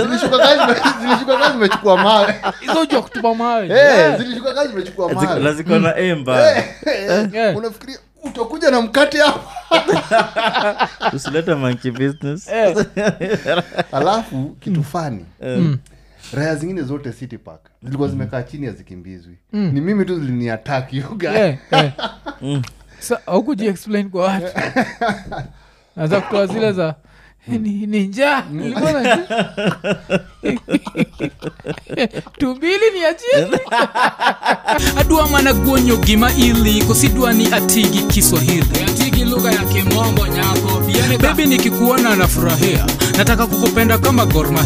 Speaker 2: zilishuka kazi zilishuka kazi imechukua mawe
Speaker 1: hizo jua kutupa mawe.
Speaker 2: Eh, zilishuka kazi
Speaker 4: (laughs)
Speaker 2: zimechukua
Speaker 4: Ziko-
Speaker 2: mawe
Speaker 4: na ziko na aim
Speaker 2: (laughs)
Speaker 4: mbaya
Speaker 1: Eh.
Speaker 2: unafikiria utakuja na mkate hapa
Speaker 4: usilete monkey business
Speaker 1: Eh,
Speaker 2: alafu kitu fani
Speaker 1: Mm.
Speaker 2: raya zingine zote city park zilikuwa zimekaa chini hazikimbizwi ni mimi tu ziliniatak yoga
Speaker 1: Mm. eh, eh. Sa- haukujiexplain kwa watu naza kutoa zile za ni, ni njaa Nilikuwa na- (laughs) tumbili ni
Speaker 3: (laughs)
Speaker 1: achini
Speaker 3: adwa mana guonyo gima ili kosidwa ni atigi kiswahili atigi lugha ya kimombo nyako bebi nikikuona nafurahia nataka kukupenda kama gorma